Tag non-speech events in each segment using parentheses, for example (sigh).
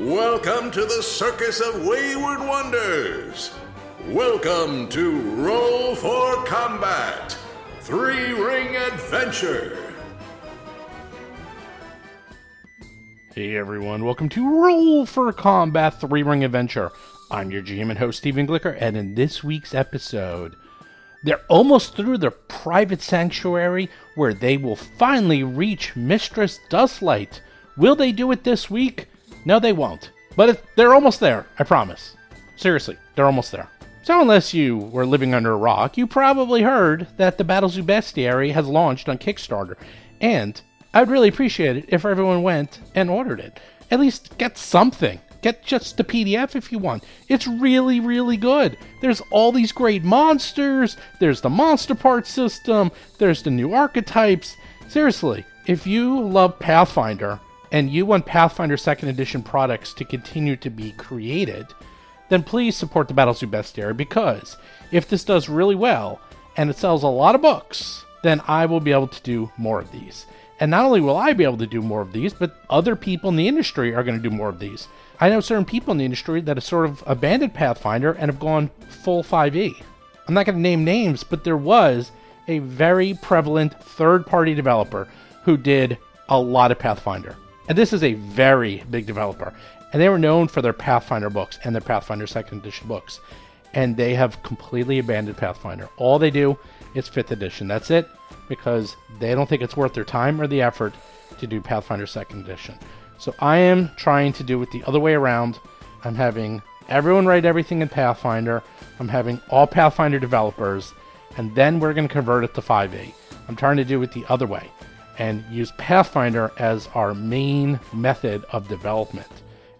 Welcome to the Circus of Wayward Wonders. Welcome to Roll for Combat Three Ring Adventure. Hey everyone, welcome to Roll for Combat 3 Ring Adventure. I'm your GM and host, Steven Glicker, and in this week's episode, they're almost through their private sanctuary where they will finally reach Mistress Dustlight. Will they do it this week? No, they won't. But it, they're almost there, I promise. Seriously, they're almost there. So, unless you were living under a rock, you probably heard that the Battle Zoo Bestiary has launched on Kickstarter, and I'd really appreciate it if everyone went and ordered it. At least get something. Get just the PDF if you want. It's really, really good. There's all these great monsters, there's the monster part system, there's the new archetypes. Seriously, if you love Pathfinder and you want Pathfinder 2nd Edition products to continue to be created, then please support the Battle Zoo Bestiary because if this does really well and it sells a lot of books, then I will be able to do more of these. And not only will I be able to do more of these, but other people in the industry are going to do more of these. I know certain people in the industry that have sort of abandoned Pathfinder and have gone full E. 5e. I'm not going to name names, but there was a very prevalent third party developer who did a lot of Pathfinder. And this is a very big developer. And they were known for their Pathfinder books and their Pathfinder second edition books. And they have completely abandoned Pathfinder. All they do is fifth edition. That's it. Because they don't think it's worth their time or the effort to do Pathfinder second edition. So I am trying to do it the other way around. I'm having everyone write everything in Pathfinder. I'm having all Pathfinder developers, and then we're going to convert it to 5e. I'm trying to do it the other way and use Pathfinder as our main method of development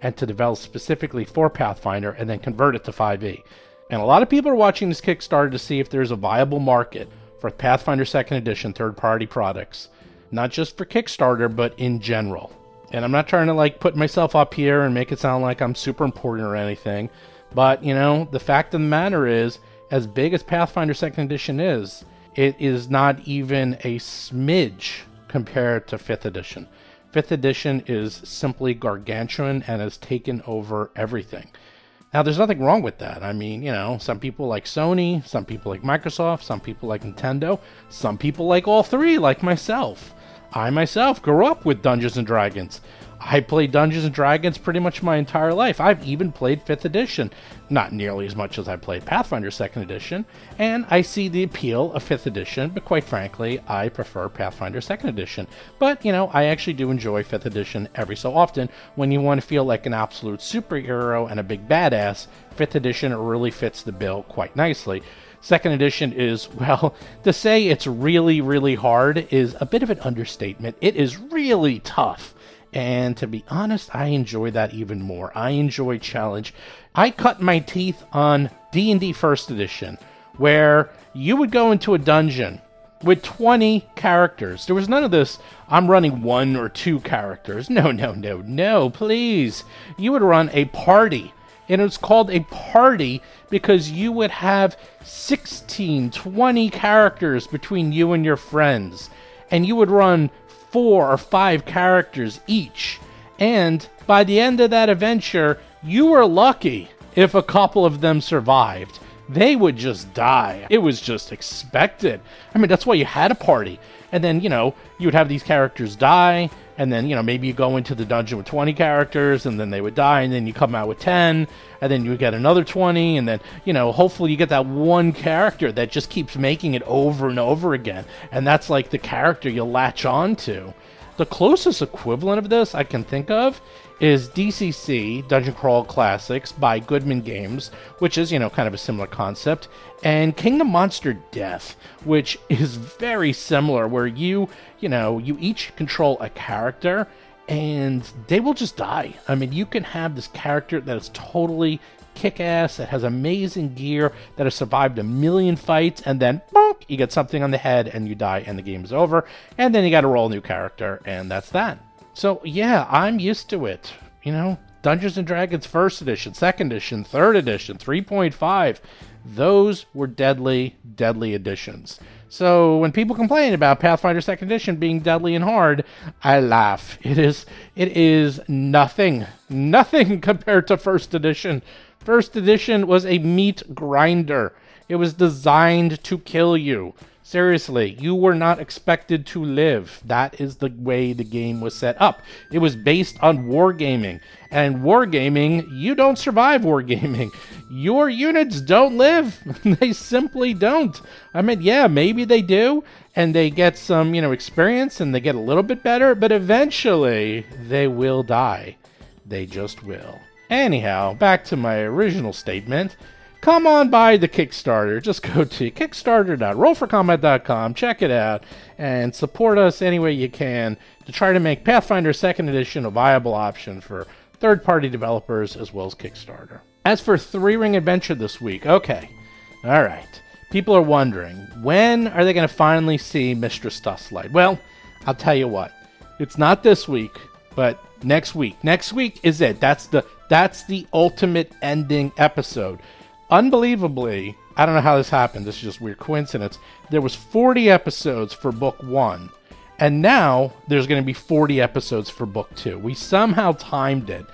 and to develop specifically for Pathfinder and then convert it to 5e. And a lot of people are watching this Kickstarter to see if there's a viable market for Pathfinder 2nd Edition third party products, not just for Kickstarter, but in general. And I'm not trying to like put myself up here and make it sound like I'm super important or anything, but you know, the fact of the matter is, as big as Pathfinder 2nd Edition is, it is not even a smidge compared to 5th edition. 5th edition is simply gargantuan and has taken over everything. Now, there's nothing wrong with that. I mean, you know, some people like Sony, some people like Microsoft, some people like Nintendo, some people like all three, like myself. I myself grew up with Dungeons and Dragons. I played Dungeons and Dragons pretty much my entire life. I've even played 5th edition, not nearly as much as I played Pathfinder 2nd edition, and I see the appeal of 5th edition, but quite frankly, I prefer Pathfinder 2nd edition. But, you know, I actually do enjoy 5th edition every so often. When you want to feel like an absolute superhero and a big badass, 5th edition really fits the bill quite nicely. Second edition is, (laughs) well, to say it's really, really hard is a bit of an understatement. It is really tough. And to be honest, I enjoy that even more. I enjoy challenge. I cut my teeth on D&D first edition where you would go into a dungeon with 20 characters. There was none of this I'm running one or two characters. No, no, no, no, please. You would run a party and it was called a party because you would have 16, 20 characters between you and your friends and you would run four or five characters each. And by the end of that adventure, you were lucky if a couple of them survived. They would just die. It was just expected. I mean, that's why you had a party. And then, you know, you would have these characters die. And then, you know, maybe you go into the dungeon with 20 characters and then they would die. And then you come out with 10. And then you get another 20. And then, you know, hopefully you get that one character that just keeps making it over and over again. And that's like the character you latch on to. The closest equivalent of this I can think of is DCC, Dungeon Crawl Classics, by Goodman Games, which is, you know, kind of a similar concept, and Kingdom Monster Death, which (laughs) is very similar, where you, you know, you each control a character and they will just die. I mean, you can have this character that is totally kick ass, that has amazing gear, that has survived a million fights, and then bonk, you get something on the head and you die, and the game is over. And then you got to roll a new character, and that's that. So yeah, I'm used to it. You know, Dungeons and Dragons First Edition, Second Edition, Third Edition, 3.5. Those were deadly, deadly editions. So when people complain about Pathfinder Second Edition being deadly and hard, I laugh. It is it is nothing, nothing (laughs) compared to First Edition. First Edition was a meat grinder. It was designed to kill you. Seriously, you were not expected to live. That is the way the game was set up. It was based on wargaming. And wargaming, you don't survive wargaming. (laughs) Your units don't live. (laughs) they simply don't. I mean, yeah, maybe they do and they get some, you know, experience and they get a little bit better, but eventually they will die. They just will. Anyhow, back to my original statement. Come on by the Kickstarter. Just go to kickstarter.rollforcombat.com, check it out, and support us any way you can to try to make Pathfinder 2nd Edition a viable option for third party developers as well as Kickstarter. As for Three Ring Adventure this week, okay. All right. People are wondering when are they going to finally see Mistress Dustlight? Well, I'll tell you what. It's not this week, but next week. Next week is it. That's the that's the ultimate ending episode. Unbelievably, I don't know how this happened. This is just weird coincidence. There was 40 episodes for book 1, and now there's going to be 40 episodes for book 2. We somehow timed it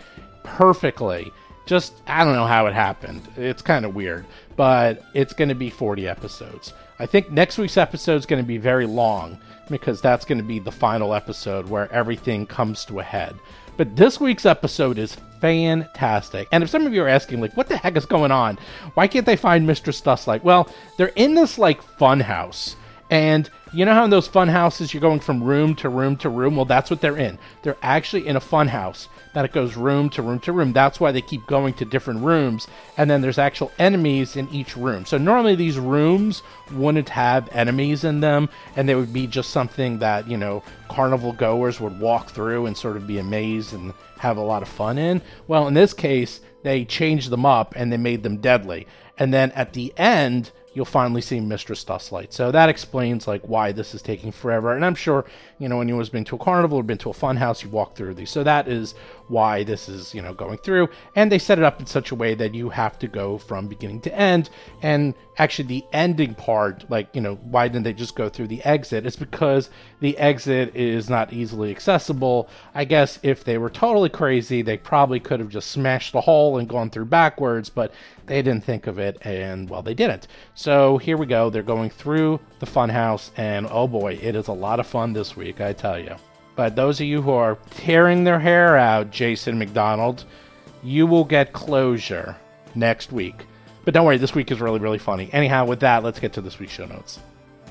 perfectly just I don't know how it happened. It's kind of weird, but it's going to be 40 episodes. I think next week's episode is going to be very long because that's going to be the final episode where everything comes to a head. But this week's episode is fantastic. And if some of you are asking, like, what the heck is going on? Why can't they find Mistress Dustlight? Well, they're in this like fun house. And you know how in those fun houses you're going from room to room to room? Well, that's what they're in. They're actually in a fun house that it goes room to room to room. That's why they keep going to different rooms. And then there's actual enemies in each room. So normally these rooms wouldn't have enemies in them. And they would be just something that, you know, carnival goers would walk through and sort of be amazed and have a lot of fun in. Well, in this case, they changed them up and they made them deadly. And then at the end, you'll finally see Mistress Dustlight. So that explains like why this is taking forever. And I'm sure, you know, anyone's been to a carnival or been to a fun house, you walk through these. So that is why this is, you know, going through. And they set it up in such a way that you have to go from beginning to end. And actually the ending part, like, you know, why didn't they just go through the exit? It's because the exit is not easily accessible. I guess if they were totally crazy, they probably could have just smashed the hole and gone through backwards, but they didn't think of it and well they didn't. So here we go. They're going through the fun house and oh boy, it is a lot of fun this week, I tell you. But those of you who are tearing their hair out, Jason McDonald, you will get closure next week. But don't worry, this week is really, really funny. Anyhow, with that, let's get to this week's show notes.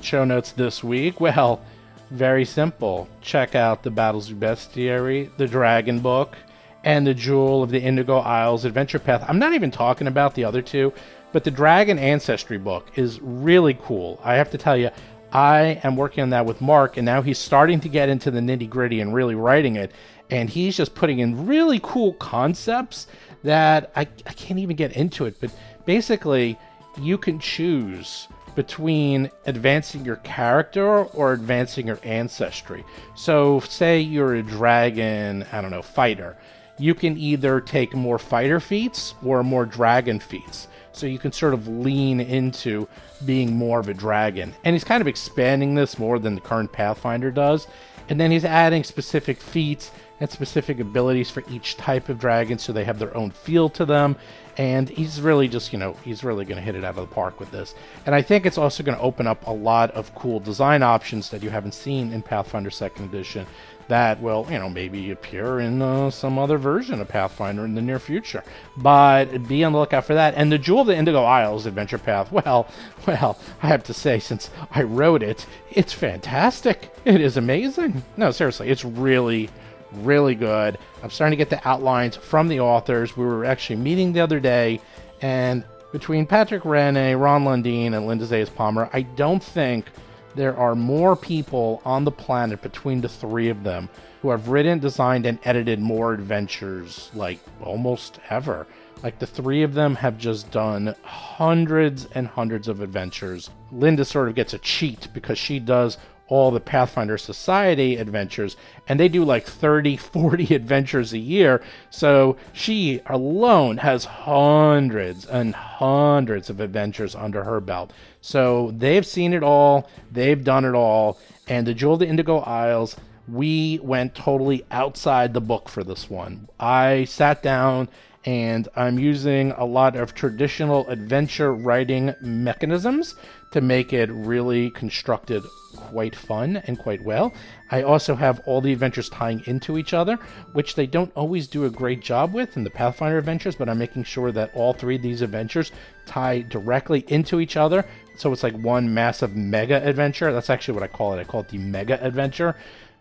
Show notes this week, (laughs) well, very simple. Check out the Battles of Bestiary, the Dragon Book, and the Jewel of the Indigo Isles Adventure Path. I'm not even talking about the other two, but the Dragon Ancestry book is really cool. I have to tell you, I am working on that with Mark, and now he's starting to get into the nitty gritty and really writing it. And he's just putting in really cool concepts that I, I can't even get into it. But basically, you can choose between advancing your character or advancing your ancestry. So, say you're a dragon, I don't know, fighter you can either take more fighter feats or more dragon feats. So you can sort of lean into being more of a dragon. And he's kind of expanding this more than the current Pathfinder does. And then he's adding specific feats and specific abilities for each type of dragon so they have their own feel to them. And he's really just, you know, he's really going to hit it out of the park with this. And I think it's also going to open up a lot of cool design options that you haven't seen in Pathfinder 2nd Edition that will, you know, maybe appear in uh, some other version of Pathfinder in the near future. But be on the lookout for that. And the Jewel of the Indigo Isles adventure path, (laughs) well, well, I have to say, since I wrote it, it's fantastic. It is amazing. No, seriously, it's really, really good. I'm starting to get the outlines from the authors. We were actually meeting the other day, and between Patrick Rene, Ron Lundeen, and Linda Zayas Palmer, I don't think there are more people on the planet between the three of them who have written, designed, and edited more adventures like almost ever. Like the three of them have just done hundreds and hundreds of adventures. Linda sort of gets a cheat because she does all the Pathfinder Society adventures, and they do like (laughs) 30, 40 adventures a year. So she alone has hundreds and hundreds of adventures under her belt. So they've seen it all, they've done it all, and the Jewel of the Indigo Isles. We went totally outside the book for this one. I sat down and I'm using a lot of traditional adventure writing mechanisms to make it really constructed quite fun and quite well. I also have all the adventures tying into each other, which they don't always do a great job with in the Pathfinder adventures, but I'm making sure that all three of these adventures tie directly into each other. So it's like one massive mega adventure. That's actually what I call it. I call it the mega adventure.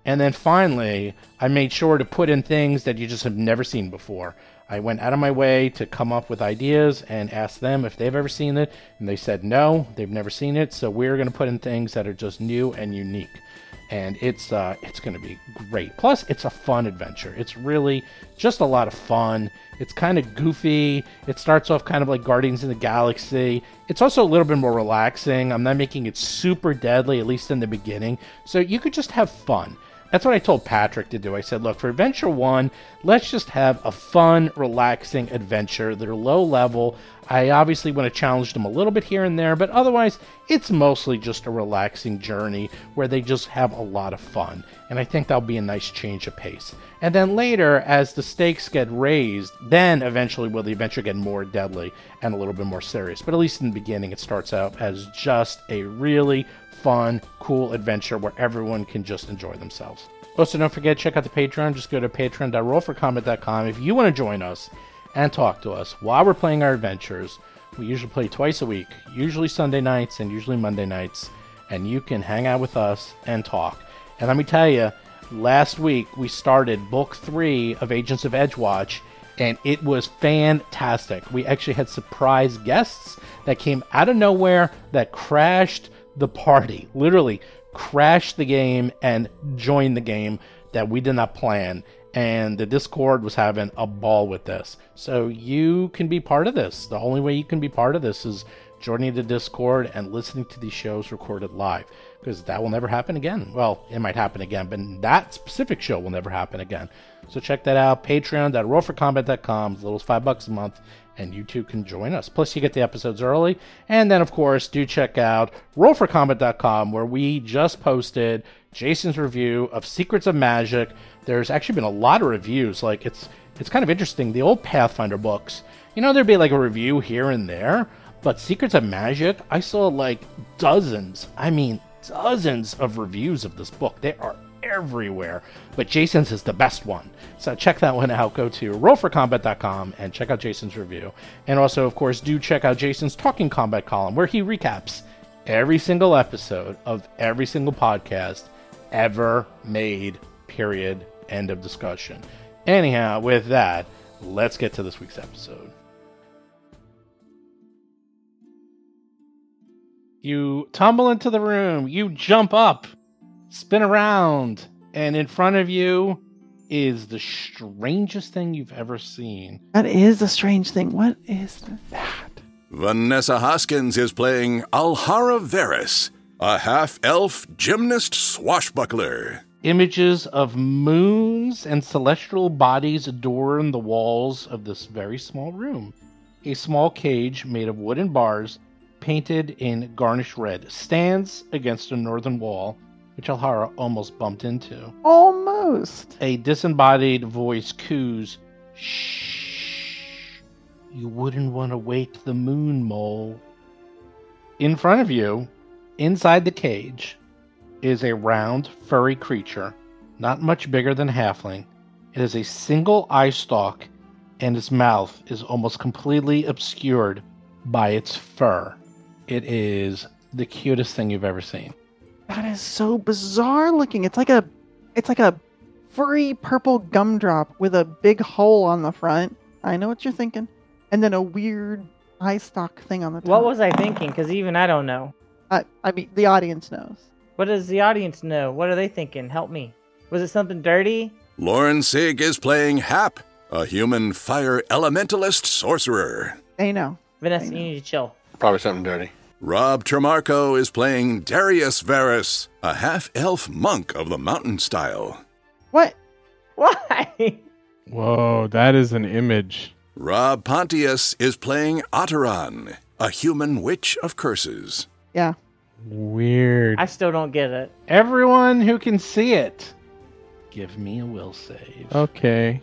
And then finally, I made sure to put in things that you just have never seen before. I went out of my way to come up with ideas and ask them if they've ever seen it, and they said no, they've never seen it. So we're going to put in things that are just new and unique, and it's uh, it's going to be great. Plus, it's a fun adventure. It's really just a lot of fun. It's kind of goofy. It starts off kind of like Guardians of the Galaxy. It's also a little bit more relaxing. I'm not making it super deadly, at least in the beginning. So you could just have fun. That's what I told Patrick to do. I said, look, for Adventure One, let's just have a fun, relaxing adventure. They're low level. I obviously want to challenge them a little bit here and there, but otherwise, it's mostly just a relaxing journey where they just have a lot of fun. And I think that'll be a nice change of pace. And then later, as the stakes get raised, then eventually will the adventure get more deadly and a little bit more serious. But at least in the beginning, it starts out as just a really fun, cool adventure where everyone can just enjoy themselves. Also, don't forget, check out the Patreon. Just go to patreon.rollforcomment.com if you want to join us and talk to us while we're playing our adventures. We usually play twice a week, usually Sunday nights and usually Monday nights, and you can hang out with us and talk. And let me tell you, last week we started book three of Agents of Edgewatch, and it was fantastic. We actually had surprise guests that came out of nowhere that crashed the party, (laughs) literally crashed the game and joined the game that we did not plan. And the Discord was having a ball with this. So you can be part of this. The only way you can be part of this is joining the Discord and listening to these shows recorded live because that will never happen again. Well, it might happen again, but that specific show will never happen again. So check that out. Patreon.rollforcombat.com. As little as five bucks a month, and you too can join us. Plus, you get the episodes early. And then, of course, do check out rollforcombat.com, where we just posted Jason's review of Secrets of Magic. There's actually been a lot of reviews. Like it's it's kind of interesting. The old Pathfinder books, you know, there'd be like a review here and there. But Secrets of Magic, I saw like dozens. I mean, dozens of reviews of this book. They are everywhere, but Jason's is the best one. So check that one out. Go to rollforcombat.com and check out Jason's review. And also, of course, do check out Jason's Talking Combat column where he recaps every single episode of every single podcast ever made, period. End of discussion. Anyhow, with that, let's get to this week's episode. You tumble into the room, you jump up, spin around, and in front of you is the strangest thing you've ever seen. That is a strange thing. What is that? Vanessa Hoskins is playing Alhara Veris, a half elf gymnast swashbuckler. Images of moons and celestial bodies adorn the walls of this very small room. A small cage made of wooden bars painted in garnished red, stands against a northern wall, which Alhara almost bumped into. Almost. A disembodied voice coos, Shh, you wouldn't want to wake the moon, mole. In front of you, inside the cage, is a round, furry creature, not much bigger than a halfling. It has a single eye stalk, and its mouth is almost completely obscured by its fur. It is the cutest thing you've ever seen. That is so bizarre looking. It's like a it's like a furry purple gumdrop with a big hole on the front. I know what you're thinking. And then a weird eye stalk thing on the top. What was I thinking? Because even I don't know. I, I mean the audience knows. What does the audience know? What are they thinking? Help me. Was it something dirty? Lauren Sig is playing Hap, a human fire elementalist sorcerer. They know. Vanessa, I you know. need to chill. (laughs) Probably something dirty. Rob Tremarco is playing Darius Varus, a half elf monk of the mountain style. What? Why? Whoa, that is an image. Rob Pontius is playing Otteron, a human witch of curses. Yeah. Weird. I still don't get it. Everyone who can see it, give me a will save. Okay.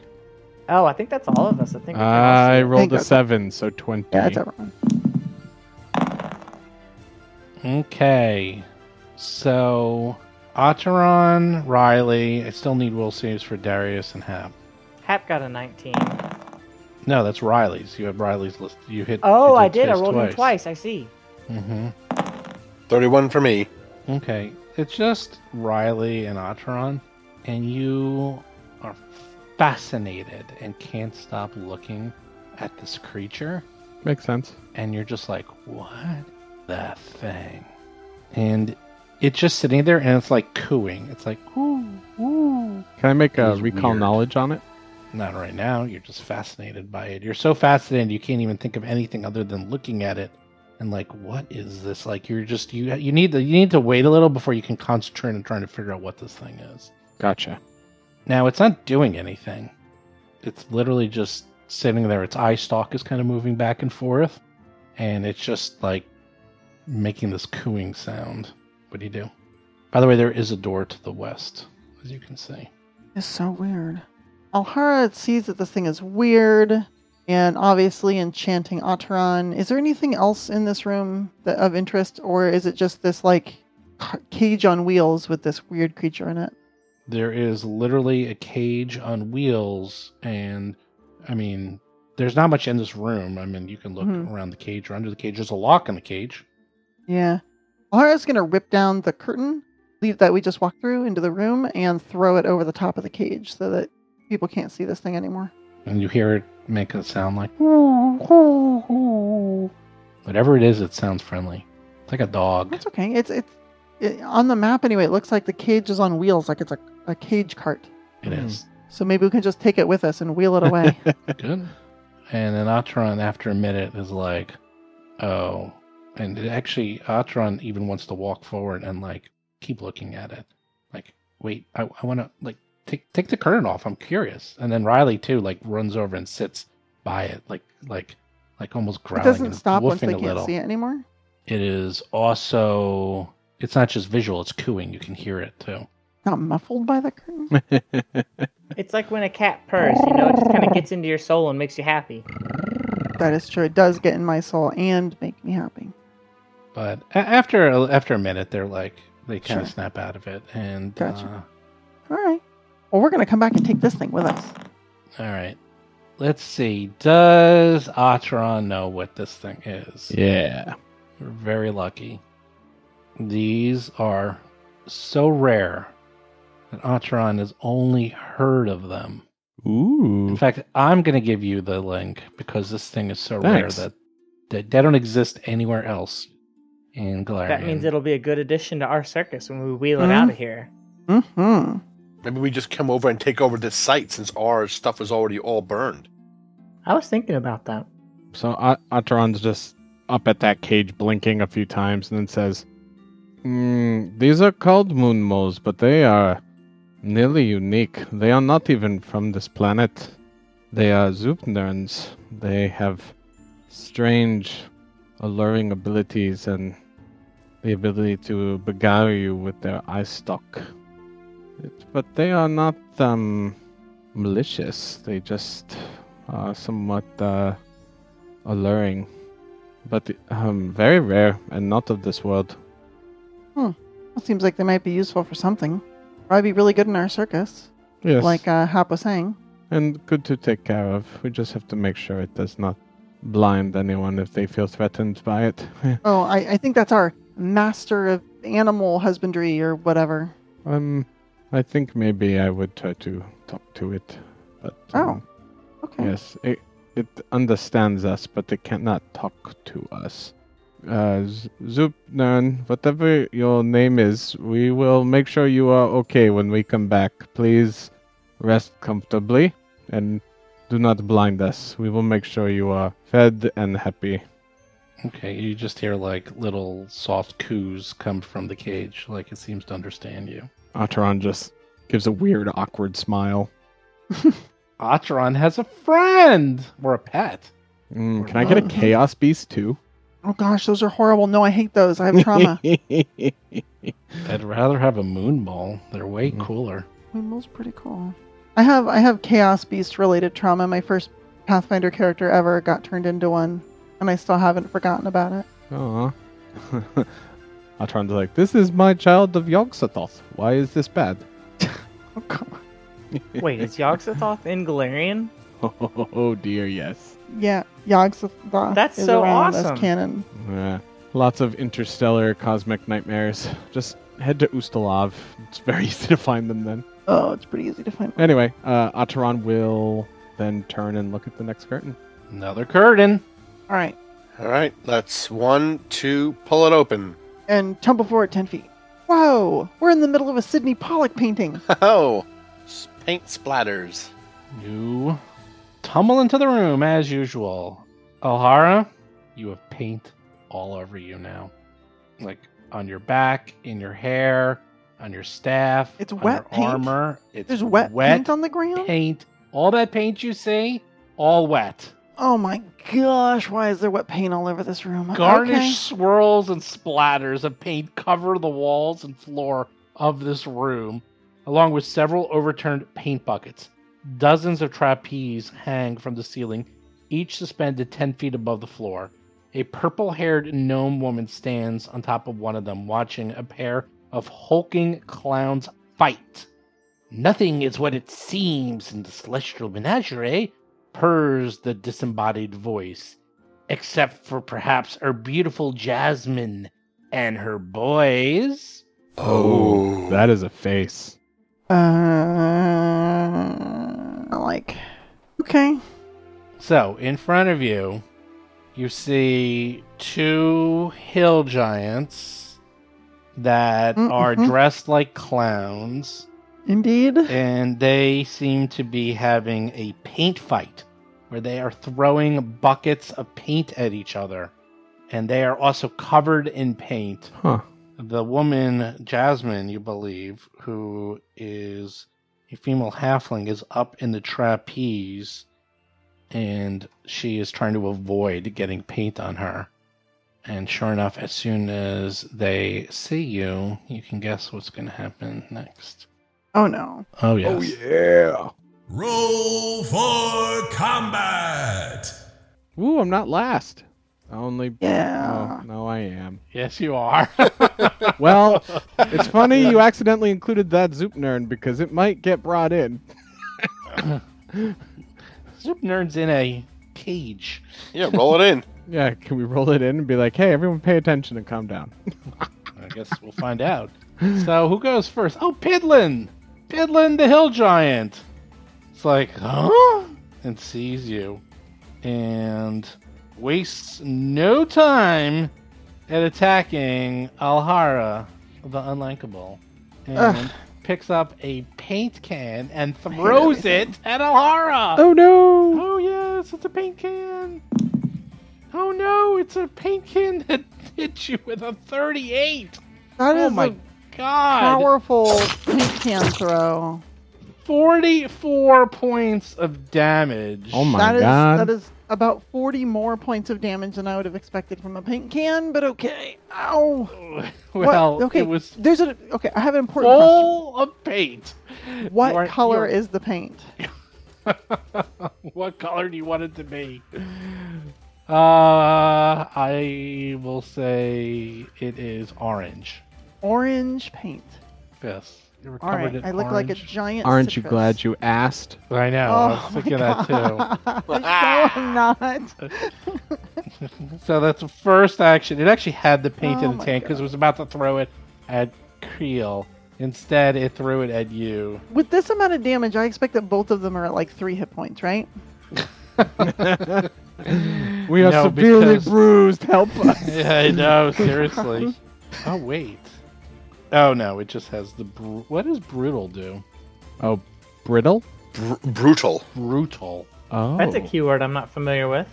Oh, I think that's all of us. I think. we lost I it. rolled a that's- seven, so 20. Yeah, it's everyone. Okay. So, Otteron, Riley. I still need will saves for Darius and Hap. Hap got a 19. No, that's Riley's. You have Riley's list. You hit. Oh, you I did. I space rolled him twice. I see. hmm 31 for me. Okay, it's just Riley and Otteron, and you are fascinated and can't stop looking at this creature. Makes sense. and you're just like, what the thing? And it's just sitting there and it's like cooing. It's like, ooh, ooh. Can I make a He's recall weird. knowledge on it? Not right now. You're just fascinated by it. You're so fascinated you can't even think of anything other than looking at it and like, what is this? Like you're just you you need to you need to wait a little before you can concentrate on trying to figure out what this thing is. Gotcha. Now it's not doing anything. It's literally just sitting there. Its eye stalk is kind of moving back and forth, and it's just like making this cooing sound. What do you do? By the way, there is a door to the west, as you can see. It's so weird. Alhara sees that this thing is weird and obviously enchanting Otteron. Is there anything else in this room that, of interest, or is it just this like ca- cage on wheels with this weird creature in it? There is literally a cage on wheels, and I mean, there's not much in this room. I mean, you can look Mhm. around the cage or under the cage. There's a lock in the cage. Yeah. Alhara's gonna rip down the curtain leave that we just walked through into the room and throw it over the top of the cage so that people can't see this thing anymore. and you hear it make a sound like whatever it is it sounds friendly it's like a dog That's okay. It's it's it, on the map anyway. It looks like the cage is on wheels, like it's a, a cage cart. it is So maybe we can just take it with us and wheel it away. good and then atron after a minute is like oh and it actually atron even wants to walk forward and like keep looking at it like wait i, I want to like take take the curtain off i'm curious and then riley too like runs over and sits by it like like like almost it growling doesn't and stop once woofing they a can't little. see it anymore. It is also it's not just visual, it's cooing. You can hear it too. Not muffled by (laughs) the curtain. It's like when a cat purrs, you know, it just kind of gets into your soul and makes you happy. that is true. It does get in my soul and make me happy. But a- after a- after a minute they're like they kind of Sure. snap out of it and uh, Gotcha. All right. Well, we're gonna come back and take this thing with us. uh, all right. Let's see. Does Atron know what this thing is? yeah. We're very lucky. These are so rare that Atron has only heard of them. In Ooh. fact, I'm going to give you the link because this thing is so Thanks. rare that, that they don't exist anywhere else in Galarian. That means it'll be a good addition to our circus when we wheel it out of here. Mm-hmm. Maybe we just come over and take over this site since our stuff is already all burned. I was thinking about that. So A- Otteron's just up at that cage, blinking a few times, and then says, mm, These are called moon moles, but they are nearly unique. They are not even from this planet. They are Zupnerns. They have strange, alluring abilities and the ability to beguile you with their eye stalk. It- but they are not um, malicious. They just are somewhat. Uh, alluring, but um, very rare and not of this world. It seems like they might be useful for something. Probably be really good in our circus, Yes, like uh, Hap was saying. and good to take care of. We just have to make sure it does not blind anyone if they feel threatened by it. (laughs) Oh, I, I think that's our master of animal husbandry or whatever. um, I think maybe I would try to talk to it, but Oh. um, Okay. yes, it it understands us, but it cannot talk to us. Uh, Z- Zupnern, whatever your name is, we will make sure you are okay when we come back. Please rest comfortably and do not blind us. We will make sure you are fed and happy. Okay, you just hear like little soft coos come from the cage, like it seems to understand you. Atron just gives a weird, awkward smile. Atron has a friend or a pet. Mm, can I get a chaos beast too? Oh gosh, those are horrible. No, I hate those. I (laughs) have trauma. I'd rather have a moon mole. They're way Mm-hmm. Mm. cooler. Windmill's pretty cool. I have I have chaos beast related trauma. My first Pathfinder character ever got turned into one, and I still haven't forgotten about it. Aw. (laughs) Atron's like, this is my child of Yogg-Sothoth. Why is this bad? Oh, God. Wait, is Yogg-Sothoth in Galarian? (laughs) Oh dear, yes. Yeah, Yogg-Sothoth. That's is so around as awesome. canon. Yeah. Uh, Lots of interstellar cosmic nightmares. Just head to Ustalav. It's very (laughs) easy to find them then. Oh, it's pretty easy to find. Anyway, uh, Ataran will then turn and look at the next curtain. Another curtain. All right, All right, let's one, two, pull it open. (laughs) and tumble forward ten feet. Whoa, we're in the middle of a Sidney Pollock painting. Oh, s- paint splatters. You tumble into the room as usual. Alhara, you have paint all over you now. Like on your back, in your hair, on your staff, It's on wet your paint? armor. It's There's wet, paint on the ground. paint. All that paint you see, all wet. Oh my gosh, why is there wet paint all over this room? Garnish Okay. swirls and splatters of paint cover the walls and floor of this room, along with several overturned paint buckets. Dozens of trapeze hang from the ceiling, each suspended 10 feet above the floor. A purple haired gnome woman stands on top of one of them, watching a pair of hulking clowns fight. Nothing is what it seems in the celestial menagerie, purrs the disembodied voice except for perhaps her beautiful Jasmine and her boys. Oh. That is a face. Uh, like, okay. So, in front of you, you see two hill giants that are Mhm. dressed like clowns, Indeed. and they seem to be having a paint fight where they are throwing buckets of paint at each other. And they are also covered in paint. Huh. the woman Jasmine, you believe, who is a female halfling, is up in the trapeze, and she is trying to avoid getting paint on her. And sure enough, as soon as they see you, you can guess what's going to happen next. Oh no. Oh yes, yeah. Roll for combat! Ooh, I'm not last. I Only. Yeah. Oh, no, I am. yes, you are. (laughs) Well, it's funny you accidentally included that Zoop Nern because it might get brought in. Zoop nerd's in a cage. Yeah, roll it (laughs) in. Yeah, can we roll it in and be like, hey, everyone pay attention and calm down? I guess we'll find out. So who goes first? Oh, Pidlin! Pidlin the hill giant. It's like, huh? And sees you, and wastes no time at attacking Alhara, the unlikable, and Ugh. picks up a paint can and throws it at Alhara. Oh, no. Oh yes, it's a paint can. Oh no, it's a paint can that (laughs) hit you with a thirty-eight. That is Oh my a god. powerful paint can throw. 44 points of damage. Oh my That is god. that is about forty more points of damage than I would have expected from a paint can, but okay. Ow. (laughs) What- Well, okay. it was Oh! There's a okay. I have an important full of paint. (laughs) question. What You're- color you're- is the paint? What color do you want it to be? Uh, I will say it is orange. Orange paint. Yes. You were All covered right. in I look orange. like a Oh giant. Aren't you citrus. (laughs) glad you asked? I know. I was thinking that no, I'm (laughs) not. too. So that's the first action. It actually had the paint Oh in the my tank because it was about to throw it at Creel. Instead, it threw it at you. With this amount of damage, I expect that both of them are at like three hit points, right? We are No, severely because- bruised. Help us. Yeah, I know. Seriously. (laughs) oh wait. Oh no, it just has the. Br- what does brutal do? (laughs) oh, brittle? Br- brutal. Brutal. Oh. Oh. That's a keyword I'm not familiar with.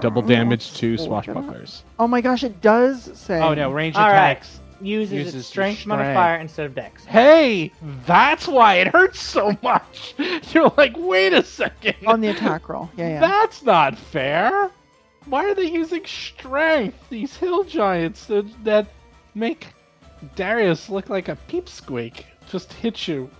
Double damage to Oh, swashbucklers. Oh my gosh, it does say. Oh no, range All right. attacks. Uses, Uses its its strength, strength. modifier instead of dex. Hey, that's why it hurts so much. (laughs) You're like, wait a second. On the attack roll. Yeah, yeah. That's not fair. Why are they using strength? These hill giants that, that make Darius look like a peep squeak just hit you.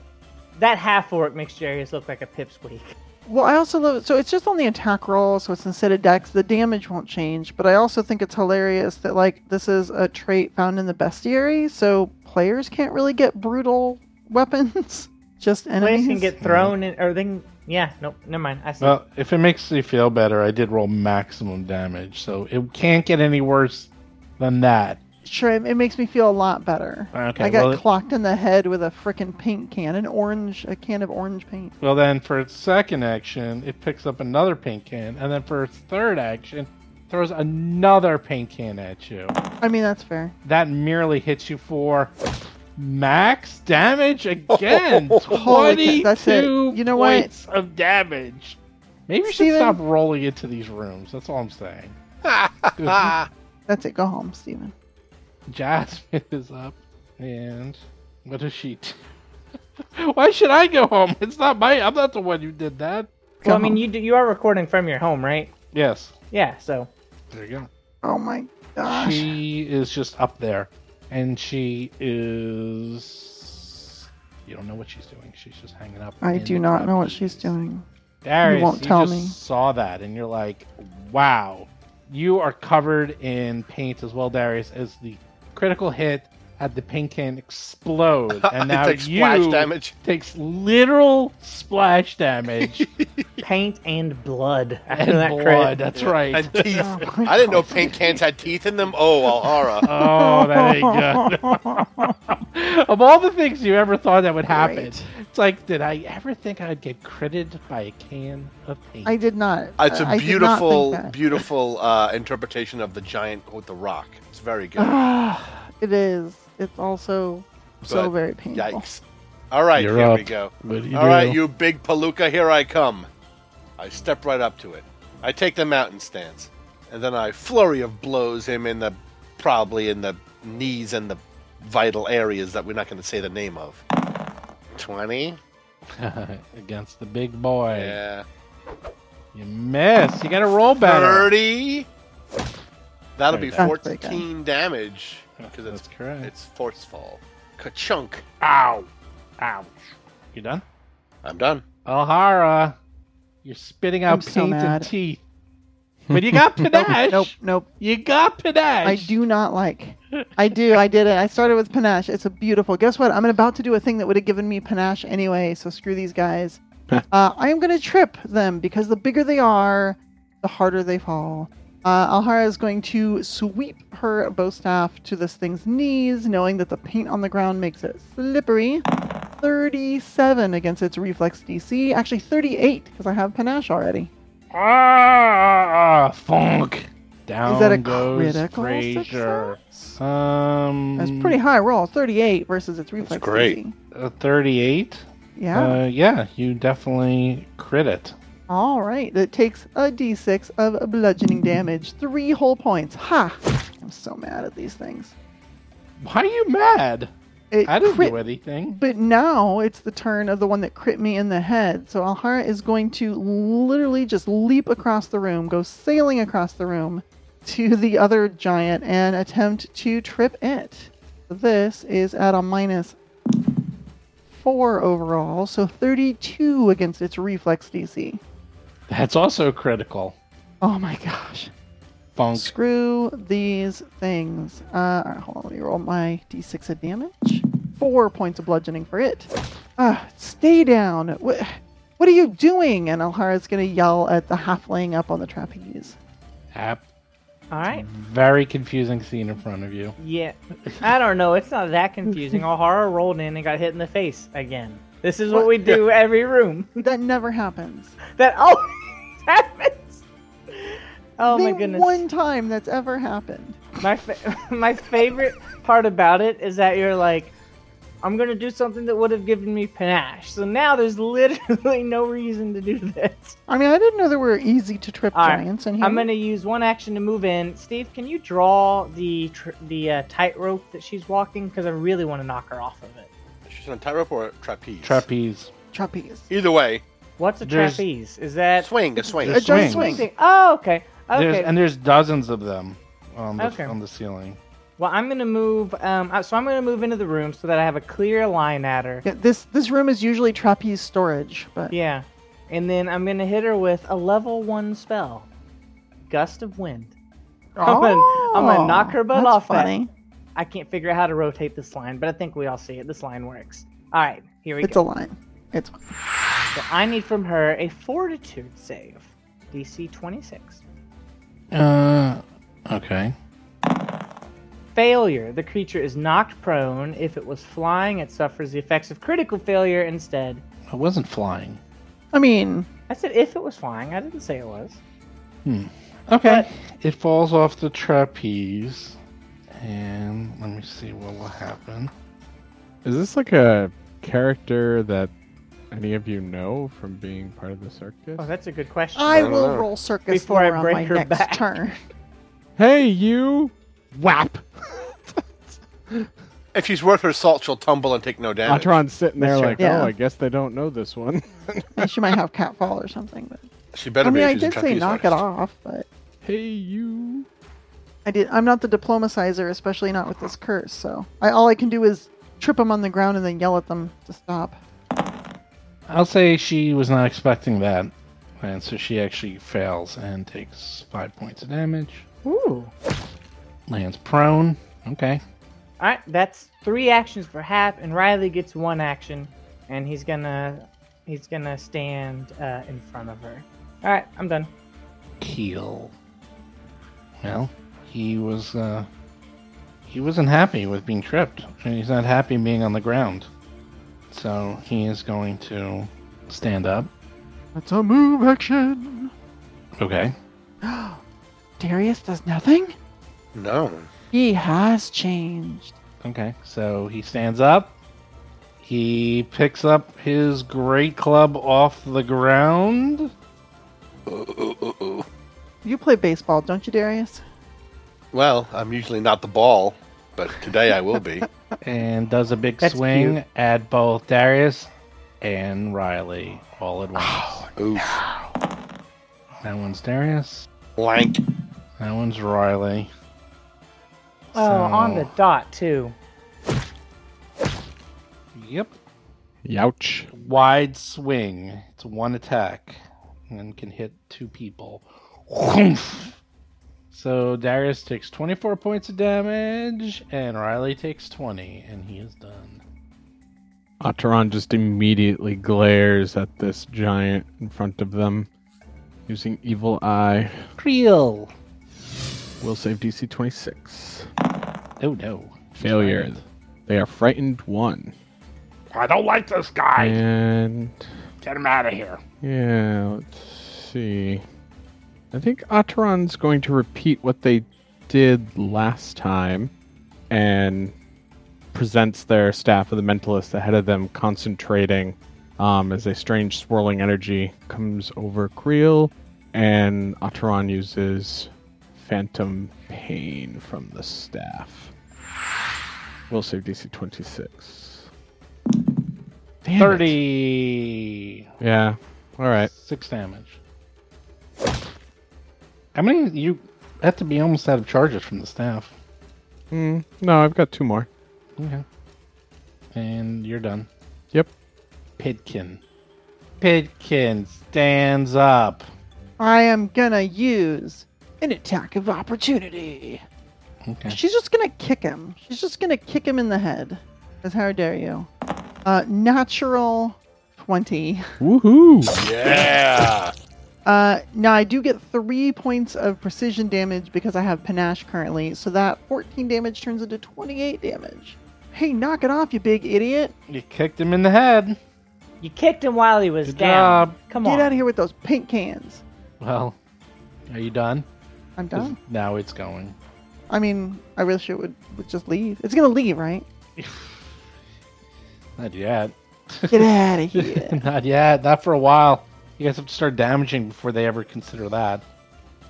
That half orc makes Jarius look like a pipsqueak. Well, I also love so it's just on the attack roll, so it's instead of dex. The damage won't change, but I also think it's hilarious that like this is a trait found in the bestiary, so players can't really get brutal (laughs) weapons. Just (laughs) Players enemies. can get thrown in, or they can. Yeah, nope, never mind. I see. Well, if it makes you feel better, I did roll maximum damage, so it can't get any worse than that. Sure, it it makes me feel a lot better. Okay, I got well, it- clocked in the head with a frickin' paint can, an orange, a can of orange paint. Well, then for its second action, it picks up another paint can, and then for its third action, throws another paint can at you. I mean, that's fair. That merely hits you for max damage (laughs) again. Twenty-two cow, that's it. You know what? points of damage. Maybe you should Steven? stop rolling into these rooms. That's all I'm saying. That's it. Go home, Steven. Jasmine (laughs) is up, and what does she? do? (laughs) Why should I go home? It's not my. I'm not the one who did that. Well, I mean, you do, you are recording from your home, right? Yes. Yeah. So There you go. Oh my gosh. She is just up there, and she is. You don't know what she's doing. She's just hanging up. I in do the not know what trapeze. she's doing. Darius, won't you tell just me. saw that, and you're like, "Wow, you are covered in paint as well, Darius." As the critical hit at the paint can explodes, and now it takes you splash (laughs) damage. takes literal splash (laughs) damage paint and blood (laughs) after and that blood. crit. That's right. And teeth. Oh my I didn't know God. paint cans had teeth in them. Oh, well, Aura. (laughs) Uh, Oh, that (laughs) ain't good. of all the things you ever thought that would happen, Great. it's like, did I ever think I'd get critted by a can of paint? I did not. Uh, It's a a beautiful, beautiful uh, interpretation of the giant with the rock. It's very Uh-huh. good. it is. It's also so But, very painful. Yikes. All right, You're here up. we go. (sighs) What do you All right, do? you big palooka, here I come. I step right up to it. I take the mountain stance, and then I flurry of blows him in the probably in the knees and the vital areas that we're not going to say the name of. 20? (laughs) against the big boy. Yeah. You miss. You got to roll (laughs) better. 30. That'll be Very bad. That's pretty 14 damage because That's it's correct. it's forceful. Ka-chunk. Ow, ouch. You done? I'm done. Alhara, you're spitting out I'm so paint and mad. teeth. But you (laughs) got panache. Nope, nope. You got panache. I do not like. I do. I did it. I started with panache. It's a beautiful. Guess what? I'm about to do a thing that would have given me panache anyway. So screw these guys. (laughs) uh, I am going to trip them because the bigger they are, the harder they fall. Uh, Alhara is going to sweep her bow staff to this thing's knees, knowing that the paint on the ground makes it slippery. 37 against its reflex DC. Actually, 38 because I have panache already. Ah, funk. Down Is that a goes critical Frasier. success? Um, That's pretty high roll, 38 versus its reflex. great. DC. uh, 38. Yeah. Uh, yeah, you definitely crit it. All right. That takes a d6 of bludgeoning damage. Three whole points. Ha! I'm so mad at these things. Why are you mad? It I didn't crit, do anything. But now it's the turn of the one that crit me in the head. So Alhara is going to literally just leap across the room, go sailing across the room to the other giant and attempt to trip it. This is at a minus four overall, so 32 against its reflex DC. That's also critical. Oh my gosh. Funk. Screw these things. Uh, all right, hold on, let me roll my d6 of damage. Four points of bludgeoning for it. Ah, stay down. What, what are you doing? And Alhara's gonna yell at the halfling up on the trapeze. App. All right. Very confusing scene in front of you. Yeah. I don't know. It's not that confusing. All horror rolled in and got hit in the face again. This is what we do every room. (laughs) That never happens. That always (laughs) happens. Oh the my goodness. One time that's ever happened. (laughs) My fa- my favorite part about it is that you're like, I'm gonna do something that would have given me panache. So now there's (laughs) literally no reason to do this. I mean, I didn't know there were easy to trip All right, giants in here. I'm gonna use one action to move in. Steve, can you draw the tr- the uh, tightrope that she's walking? Because I really want to knock her off of it. She's on tightrope or trapeze? Trapeze. trapeze. Either way, What's a There's- trapeze? Is that swing, a swing. There's A giant swings. swing. Oh, okay. There's, Okay. and there's dozens of them on the, Okay. on the ceiling. Well, I'm gonna move. Um, uh, so I'm gonna move into the room so that I have a clear line at her. Yeah, this this room is usually trapeze storage, but Yeah. And then I'm gonna hit her with a level one spell, gust of wind. I'm gonna- I'm gonna Oh, knock her butt that's off that. Funny. I can't figure out how to rotate this line, but I think we all see it. This line works. All right, here we It's a go. line. It's So I need from her a fortitude save, DC 26. Uh, okay. Failure. The creature is knocked prone. If it was flying, it suffers the effects of critical failure instead. I wasn't flying. I mean, I said if it was flying. I didn't say it was. Okay. it falls off the trapeze. And let me see what will happen. Is this like a character that any of you know from being part of the circus? Oh, that's a good question. I don't will know. roll circus Before I lore on break my her next (laughs) back. turn. Hey, you! (laughs) Whap! If she's worth her salt, she'll tumble and take no damage. Atron's sitting there That's like, true. Yeah. oh, I guess they don't know this one. (laughs) And she might have catfall or something. But She better I mean, be. if I she's a did say trapeze knock it artist. off, but hey, you! I did. I'm not the diplomacizer, especially not with this curse. So I, all I can do is trip them on the ground and then yell at them to stop. I'll say she was not expecting that. And so she actually fails and takes five points of damage. Ooh. Lands prone. Okay. All right, that's three actions for Hap, and Riley gets one action, and he's gonna he's gonna stand uh, in front of her. All right, I'm done. Keel. Well, he was uh he wasn't happy with being tripped, and he's not happy being on the ground. So he is going to stand up. That's a move action. Okay. Darius does nothing. No. He has changed. Okay. So he stands up. He picks up his great club off the ground. You play baseball, don't you, Darius? Well, I'm usually not the ball, but today I (laughs) will be. and does a big That's swing cute. at both Darius and Riley all at once. Oh. Oof. That one's Darius. Blank. That one's Riley. Oh, on the dot too. Yep. Youch. Wide swing. It's one attack and can hit two people. Whoomph. So Darius takes 24 points of damage and Riley takes 20 and he is done. Ataran just immediately glares at this giant in front of them using evil eye. Creel. Will save DC 26. Oh no. Failure. They are frightened one. I don't like this guy. And Get him out of here. yeah, let's see. I think Ataran's going to repeat what they did last time and presents their staff of the mentalist ahead of them, concentrating um, as a strange swirling energy comes over Creel, and Ataran uses Phantom Pain from the staff. We'll save DC 26. Damn it. 30. Yeah. All right. Six damage. How many? You have to be almost out of charges from the staff. Mm, no, I've got two more. Okay. And you're done. Yep. Pidkin. Pidkin stands up. I am gonna use an attack of opportunity. Okay. She's just gonna kick him. She's just gonna kick him in the head. Because how dare you? Uh, natural 20. Woohoo! Yeah. Uh, now I do get three points of precision damage because I have panache currently, so that 14 damage turns into 28 damage. Hey, knock it off, you big idiot! You kicked him in the head. You kicked him while he was Good down. job. Come Get on. out of here with those paint cans. Well, are you done? I'm 'Cause done. Now it's going. (laughs) I mean, I wish it would, would just leave. It's gonna leave, right? Not yet. (laughs) Get out of here. Not yet. Not for a while. You guys have to start damaging before they ever consider that.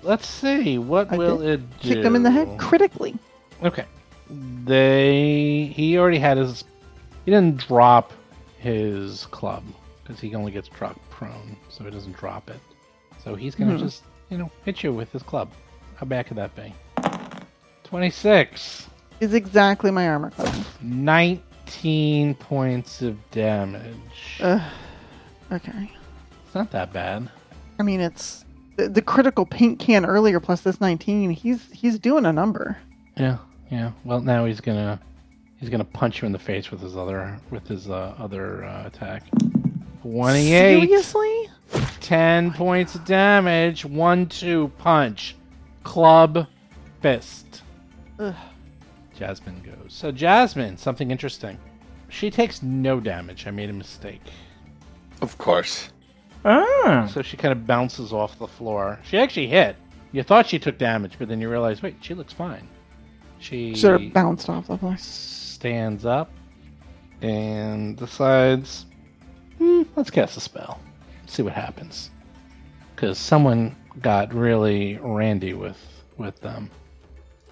Let's see. What I will did it do? Kick them in the head critically. Okay. They. He already had his. He didn't drop his club because he only gets drop prone, so he doesn't drop it. So he's gonna Hmm. just you know hit you with his club. How bad could that be? Twenty six. Is exactly my armor class. 19 points of damage. Ugh. Okay. it's not that bad. I mean, it's the, the critical paint can earlier plus this 19. He's he's doing a number. Yeah, yeah. Well, now he's gonna he's gonna punch you in the face with his other with his uh, other uh, attack. 28, Seriously? 10 points of damage. One, two, punch, club, fist. Ugh. Jasmine goes. So Jasmine, something interesting. She takes no damage. I made a mistake. Of course. Oh. So she kind of bounces off the floor. She actually hit. You thought she took damage, but then you realize, wait, she looks fine. She Should have bounced off the floor. stands up and decides, hmm, let's cast a spell. See what happens. Because someone got really randy with with them.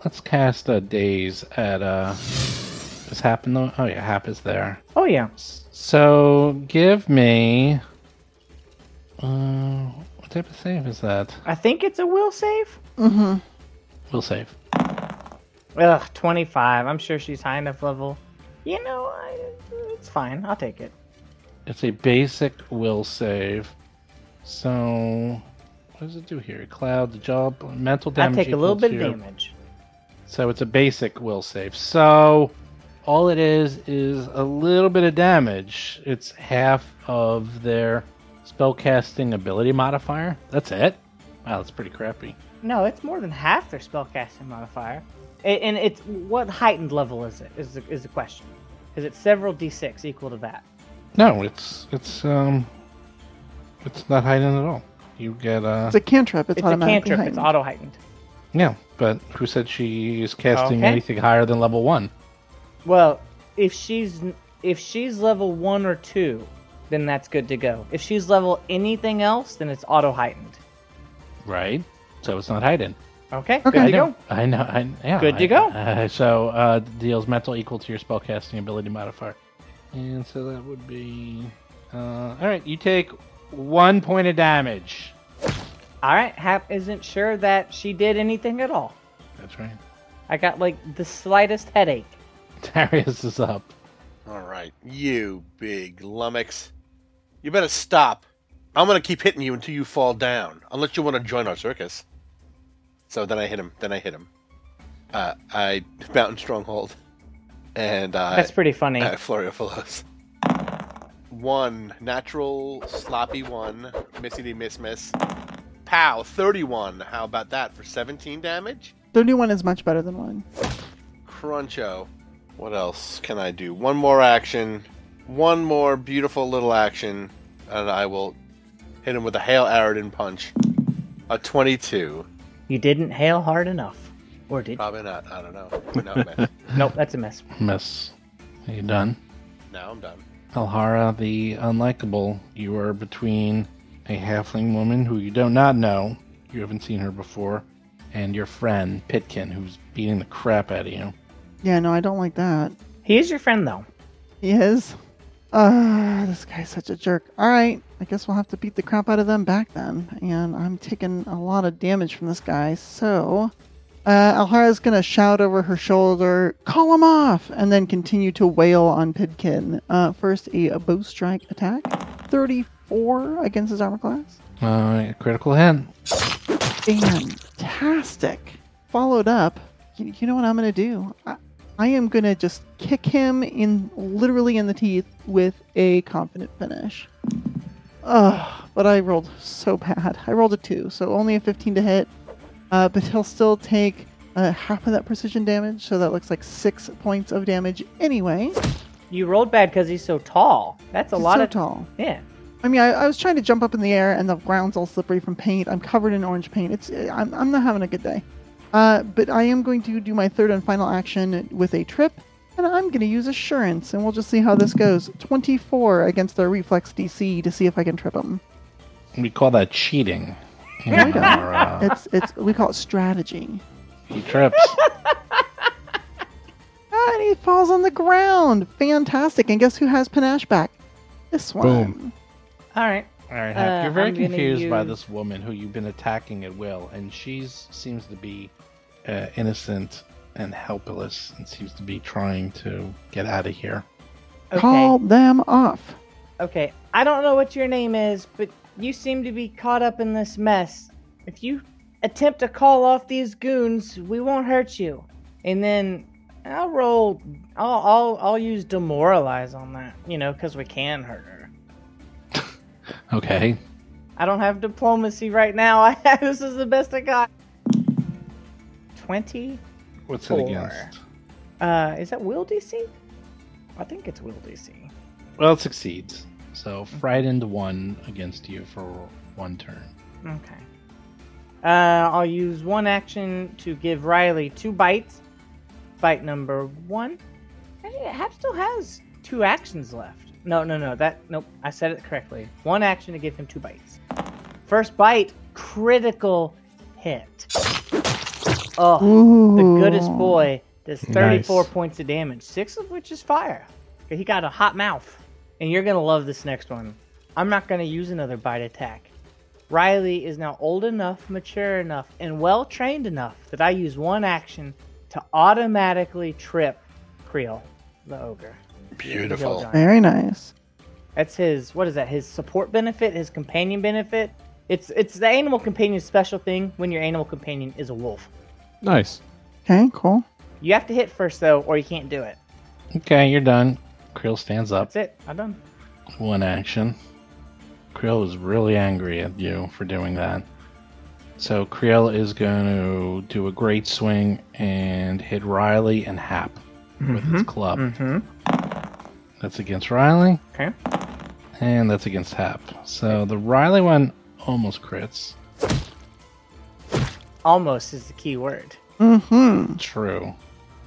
Let's cast a daze at uh. Does happen though? Oh yeah, Hap is there. Oh yeah. So give me. Uh, what type of save is that? I think it's a will save. Mm-hmm. Will save. Ugh, 25. I'm sure she's high enough level. You know, I, it's fine. I'll take it. It's a basic will save. So what does it do here? Cloud, the job, mental damage. I'll take a little equal bit of to- damage. So it's a basic will save. So all it is is a little bit of damage. It's half of their spellcasting ability modifier. That's it. Wow, that's pretty crappy. No, it's more than half their spellcasting modifier. A- And it's what heightened level is it? Is the, is the question? Because it's several d6 equal to that. No, it's it's um it's not hiding at all. You get uh It's a cantrip. It's, It's, a automatically cantrip. It's heightened. auto heightened. yeah, but who said she is casting Okay. anything higher than level one? Well, if she's if she's level one or two, then that's good to go. If she's level anything else, then it's auto heightened. Right. So it's not hiding. Okay. Okay. Good I to know. go. I know. I, yeah. Good I- to go. Uh, so uh, deals mental equal to your spellcasting ability modifier, and so that would be. Uh, all right, you take one point of damage. All right. Hap isn't sure that she did anything at all. That's right. (laughs) I got like the slightest headache. Darius is up. All right, you big lummox. You better stop. I'm gonna keep hitting you until you fall down, unless you want to join our circus. So then I hit him. Then I hit him. Uh, I mountain stronghold, and I That's pretty funny. Uh, Florio follows. One natural sloppy one, missity miss miss. Pow, thirty-one. How about that for seventeen damage? 31 is much better than one. Cruncho. What else can I do? One more action. One more beautiful little action, and I will hit him with a hail Aridin punch. A twenty-two. you didn't hail hard enough, or did? you? Probably not. I don't know. No, man. nope. That's a miss. Miss. Are you done? now I'm done. Alhara the Unlikable, you are between a halfling woman who you do not know, you haven't seen her before, and your friend, Pitkin, who's beating the crap out of you. Yeah, no, I don't like that. He is your friend though. He is. Ah, this guy's such a jerk. All right, I guess we'll have to beat the crap out of them back then. And I'm taking a lot of damage from this guy, so uh, Alhara's gonna shout over her shoulder, "Call him off!" and then continue to wail on Pidkin. Uh, first, a, a bow strike attack, 34 against his armor class. Uh, critical hit. Fantastic. Followed up. You, you know what I'm going to do? I, I am going to just kick him in literally in the teeth with a confident finish. Ugh, but I rolled so bad. I rolled a 2, so only a 15 to hit. Uh, but he'll still take uh, half of that precision damage, so that looks like 6 points of damage anyway. You rolled bad because he's so tall. That's a He's lot so of tall. Yeah. I mean, I, I was trying to jump up in the air, and the ground's all slippery from paint. I'm covered in orange paint. It's eh, I'm, I'm not having a good day. Uh, but I am going to do my third and final action with a trip, And I'm going to use assurance, and we'll just see how this goes. 24 against their reflex DC to see if I can trip them. We call that cheating. in our, uh, It's it's we call it strategy. trips. Ah, and he falls on the ground. Fantastic. And guess who has panache back? This one. Boom. All right. All right, Hap, Uh, you're very I'm gonna confused by use- this woman who you've been attacking at will, and she seems to be uh, innocent and helpless, and seems to be trying to get out of here. Okay. Call them off. Okay. I don't know what your name is, but you seem to be caught up in this mess. If you attempt to call off these goons, we won't hurt you. And then I'll roll. I'll I'll, I'll use demoralize on that. You know, because we can hurt her. Okay, I don't have diplomacy right now. (laughs) I this is the best I got. Twenty. what's it Four. against? Uh, is that will DC? I think it's will DC. Well, it succeeds. So frightened one against you for one turn. Okay. Uh, I'll use one action to give Riley two bites. Bite number one. Hey, Hap still has two actions left. No, no, no. That nope. I said it correctly. One action to give him two bites. First bite, critical hit. Oh, Ooh. the goodest boy does 34 Nice. points of damage, six of which is fire. He got a hot mouth. And you're going to love this next one. I'm not going to use another bite attack. Riley is now old enough, mature enough, and well trained enough that I use one action to automatically trip Creel, the ogre. the hill Beautiful. giant. Very nice. That's his what is that? His support benefit, his companion benefit. It's it's the animal companion's special thing when your animal companion is a wolf. Nice. Okay, cool. You have to hit first though, or you can't do it. Okay, you're done. Krill stands up. That's it. I'm done. One action. Creel is really angry at you for doing that. So Creel is going to do a great swing and hit Riley and Hap with his club. Mm-hmm. That's against Riley, Okay. and that's against Hap. So the Riley one almost crits. Almost is the key word. Mm-hmm. True.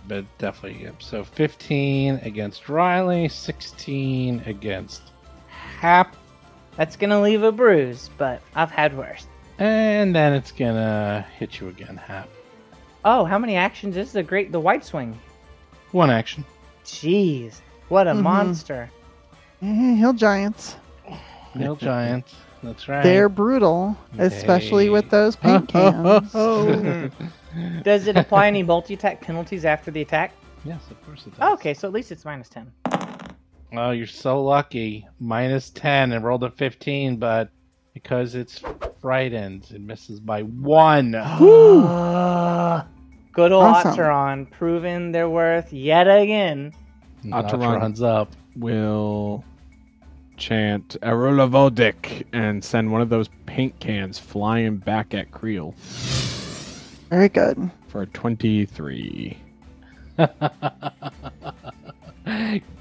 But definitely, yep. So 15 against Riley, 16 against Hap, That's gonna leave a bruise, but I've had worse. and then it's gonna hit you again, Hap. Oh, how many actions is the great the white swing? One action. Jeez, what a Mhm. monster! Eh, hill giants. Hill giant. That's right. They're brutal, especially They- with (laughs) those paint cans. Oh. Does it apply any (laughs) multi-attack penalties after the attack? Yes, of course it does. Oh, okay, so at least it's minus ten. Oh, you're so lucky. Minus 10 and rolled a 15, but because it's frightened, it misses by one. Ah, good old Awesome. Otteron proving their worth yet again. Ataran. runs up. will chant Erulavodik and send one of those paint cans flying back at Creel Very good. for a 23.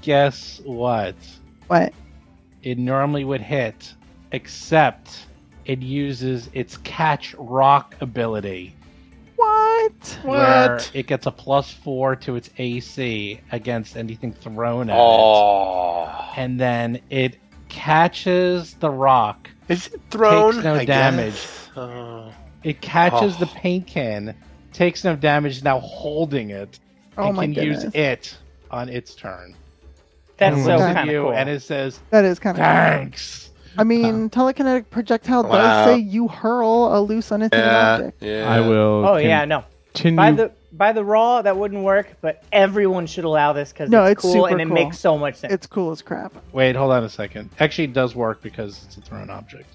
Guess what? What? It normally would hit, except it uses its catch rock ability. What? Where What? it gets a plus four to its AC against anything thrown at it. Oh. And then it catches the rock. Is it thrown? Takes no damage. guess. Oh. It catches Oh. the paint can, takes no damage, now holding it, Oh and my can goodness. use it on its turn. That's And so looks Okay. at kind of you, cool. And it says, That is kind of. thanks. I mean, telekinetic projectile Wow. does say you hurl a loose unattended Yeah, object. yeah. I will oh yeah, no. continue. By the by the raw, that wouldn't work, but everyone should allow this because No, it's, it's cool and super it cool. makes so much sense. It's cool as crap. Wait, hold on a second. Actually, it does work because it's a thrown object.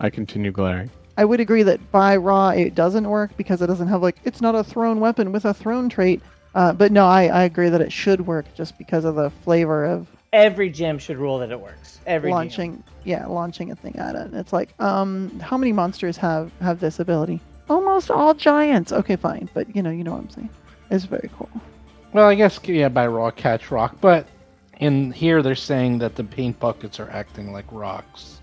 I continue glaring. I would agree that by raw it doesn't work because it doesn't have like it's not a thrown weapon with a thrown trait. Uh, but no, I, I agree that it should work just because of the flavor of Every gym should rule that it works. Every gym. launching yeah launching a thing at it it's like um how many monsters have have this ability almost all giants okay fine but you know you know what i'm saying it's very cool Well, I guess, yeah, by raw catch rock, but in here they're saying that the paint buckets are acting like rocks.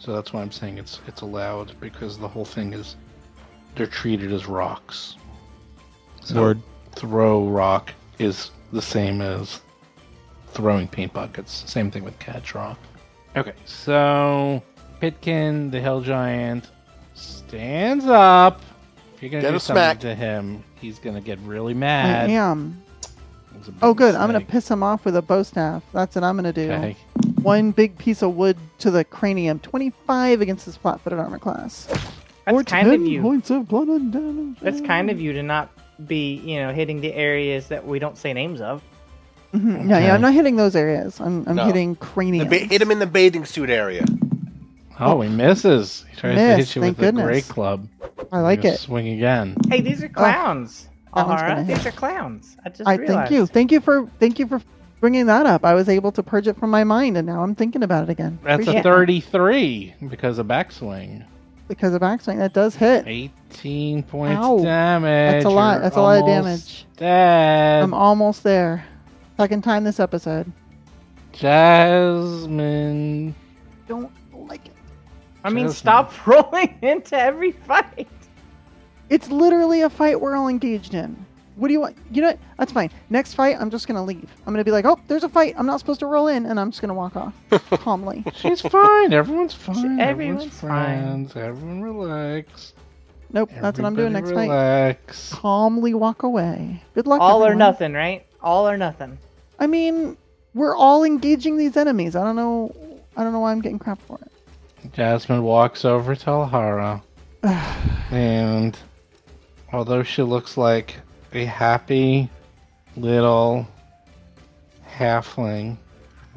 So that's why I'm saying it's it's allowed because the whole thing is Oh, they're treated as rocks. So Word. throw rock is the same as throwing paint buckets. Same thing with Catch Rock. Okay, so Pitkin, the Hell Giant, stands up. If you're gonna Get do a something smack. to him, he's gonna get really I mad. am. He's a Oh, big good. I'm gonna snake. piss him off with a bow staff. That's what I'm gonna do. Okay. One big piece of wood to the cranium. Twenty-five against his flat-footed armor class. That's kind of you. points of blood and damage. That's kind of you to not be, you know, hitting the areas that we don't say names of. Mhm. Hmm, Yeah, yeah. Okay. I'm not hitting those areas. I'm, I'm No. hitting The cranium. ba- hit him in the bathing suit area. Oh, he misses. He tries to hit Missed, you with thank the great goodness. club. I like You're gonna it. Swing again. Hey, these are clowns. that one's Alhara, Oh, gonna these hit. are clowns. I just I realized. thank you. Thank you for thank you for bringing that up. I was able to purge it from my mind, and now I'm thinking about it again. That's Appreciate a it. 33 because of backswing. because of backswing. That does hit. 18 points Ow. damage. That's a lot. You're That's a lot of almost damage. Dead. I'm almost there. Second time this episode. Jasmine. Don't like it. I mean, Jasmine. stop (laughs) rolling into every fight. It's literally a fight we're all engaged in. What do you want? You know, what? that's fine. Next fight, I'm just gonna leave. I'm gonna be like, oh, there's a fight. I'm not supposed to roll in, and I'm just gonna (laughs) walk off calmly. (laughs) She's fine. Everyone's fine. everyone's fine. friends. Everyone relax. Nope, that's what I'm doing next Everybody fight. Relax. Calmly walk away. Good luck. All or everyone. nothing, right? All or nothing. I mean, we're all engaging these enemies. I don't know. I don't know why I'm getting crap for it. Jasmine walks over to (sighs) Alhara. and although she looks like a happy little halfling,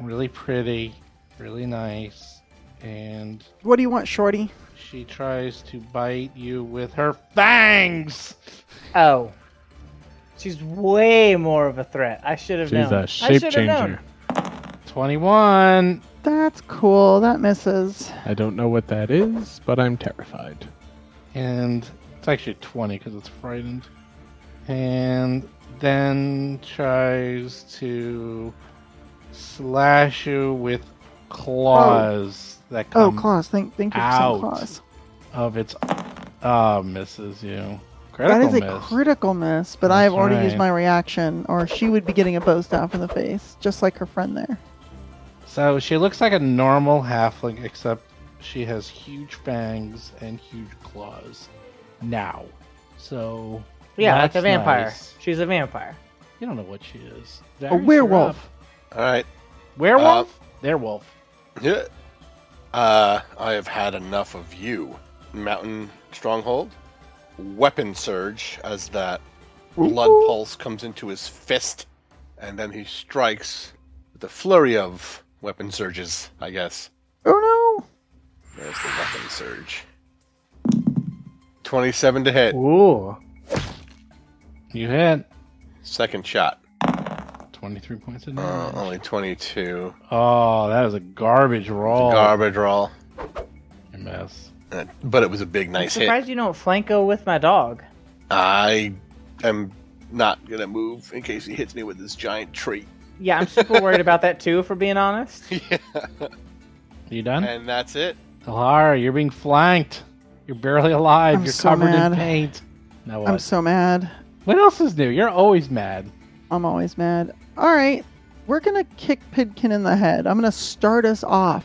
really pretty, really nice, and What do you want, Shorty? she tries to bite you with her fangs. Oh. She's way more of a threat. I should have She's known. a shape changer. 21. That's cool. That misses. I don't know what that is, but I'm terrified. And it's actually 20 because it's frightened. And then tries to slash you with claws that Oh, come claws. Thank, thank you for out. some claws. of its. Ah, misses you. Critical That is a miss. critical miss, but That's I have already used right. my reaction, or she would be getting a bow staff in the face, just like her friend there. so she looks like a normal halfling, except she has huge fangs and huge claws now. So. yeah, like that's a vampire. nice. She's a vampire. You don't know what she is. A werewolf. Uh. All right. Werewolf? werewolf. Yeah. Uh, I have had enough of you. Mountain stronghold. Weapon surge as that blood pulse comes into his fist, and then he strikes with a flurry of weapon surges. I guess. Oh no! There's the weapon surge. Twenty-seven to hit. Ooh. You hit. Second shot. 23 points of Uh, damage. only twenty-two. oh, that was a garbage Oh. roll. Garbage roll. You miss. Uh, But it was a big, nice hit. Surprised you don't flanco with my dog. I am not gonna move in case he hits me with this giant tree. Yeah, I'm super worried about that too, if we're being honest. (laughs) yeah. You done? And that's it. Alara, you're being flanked. You're barely alive. I'm you're so covered mad. in paint. Now what? I'm so mad. what else is new? You're always mad. I'm always mad. All right, we're gonna kick Pidkin in the head. I'm gonna start us off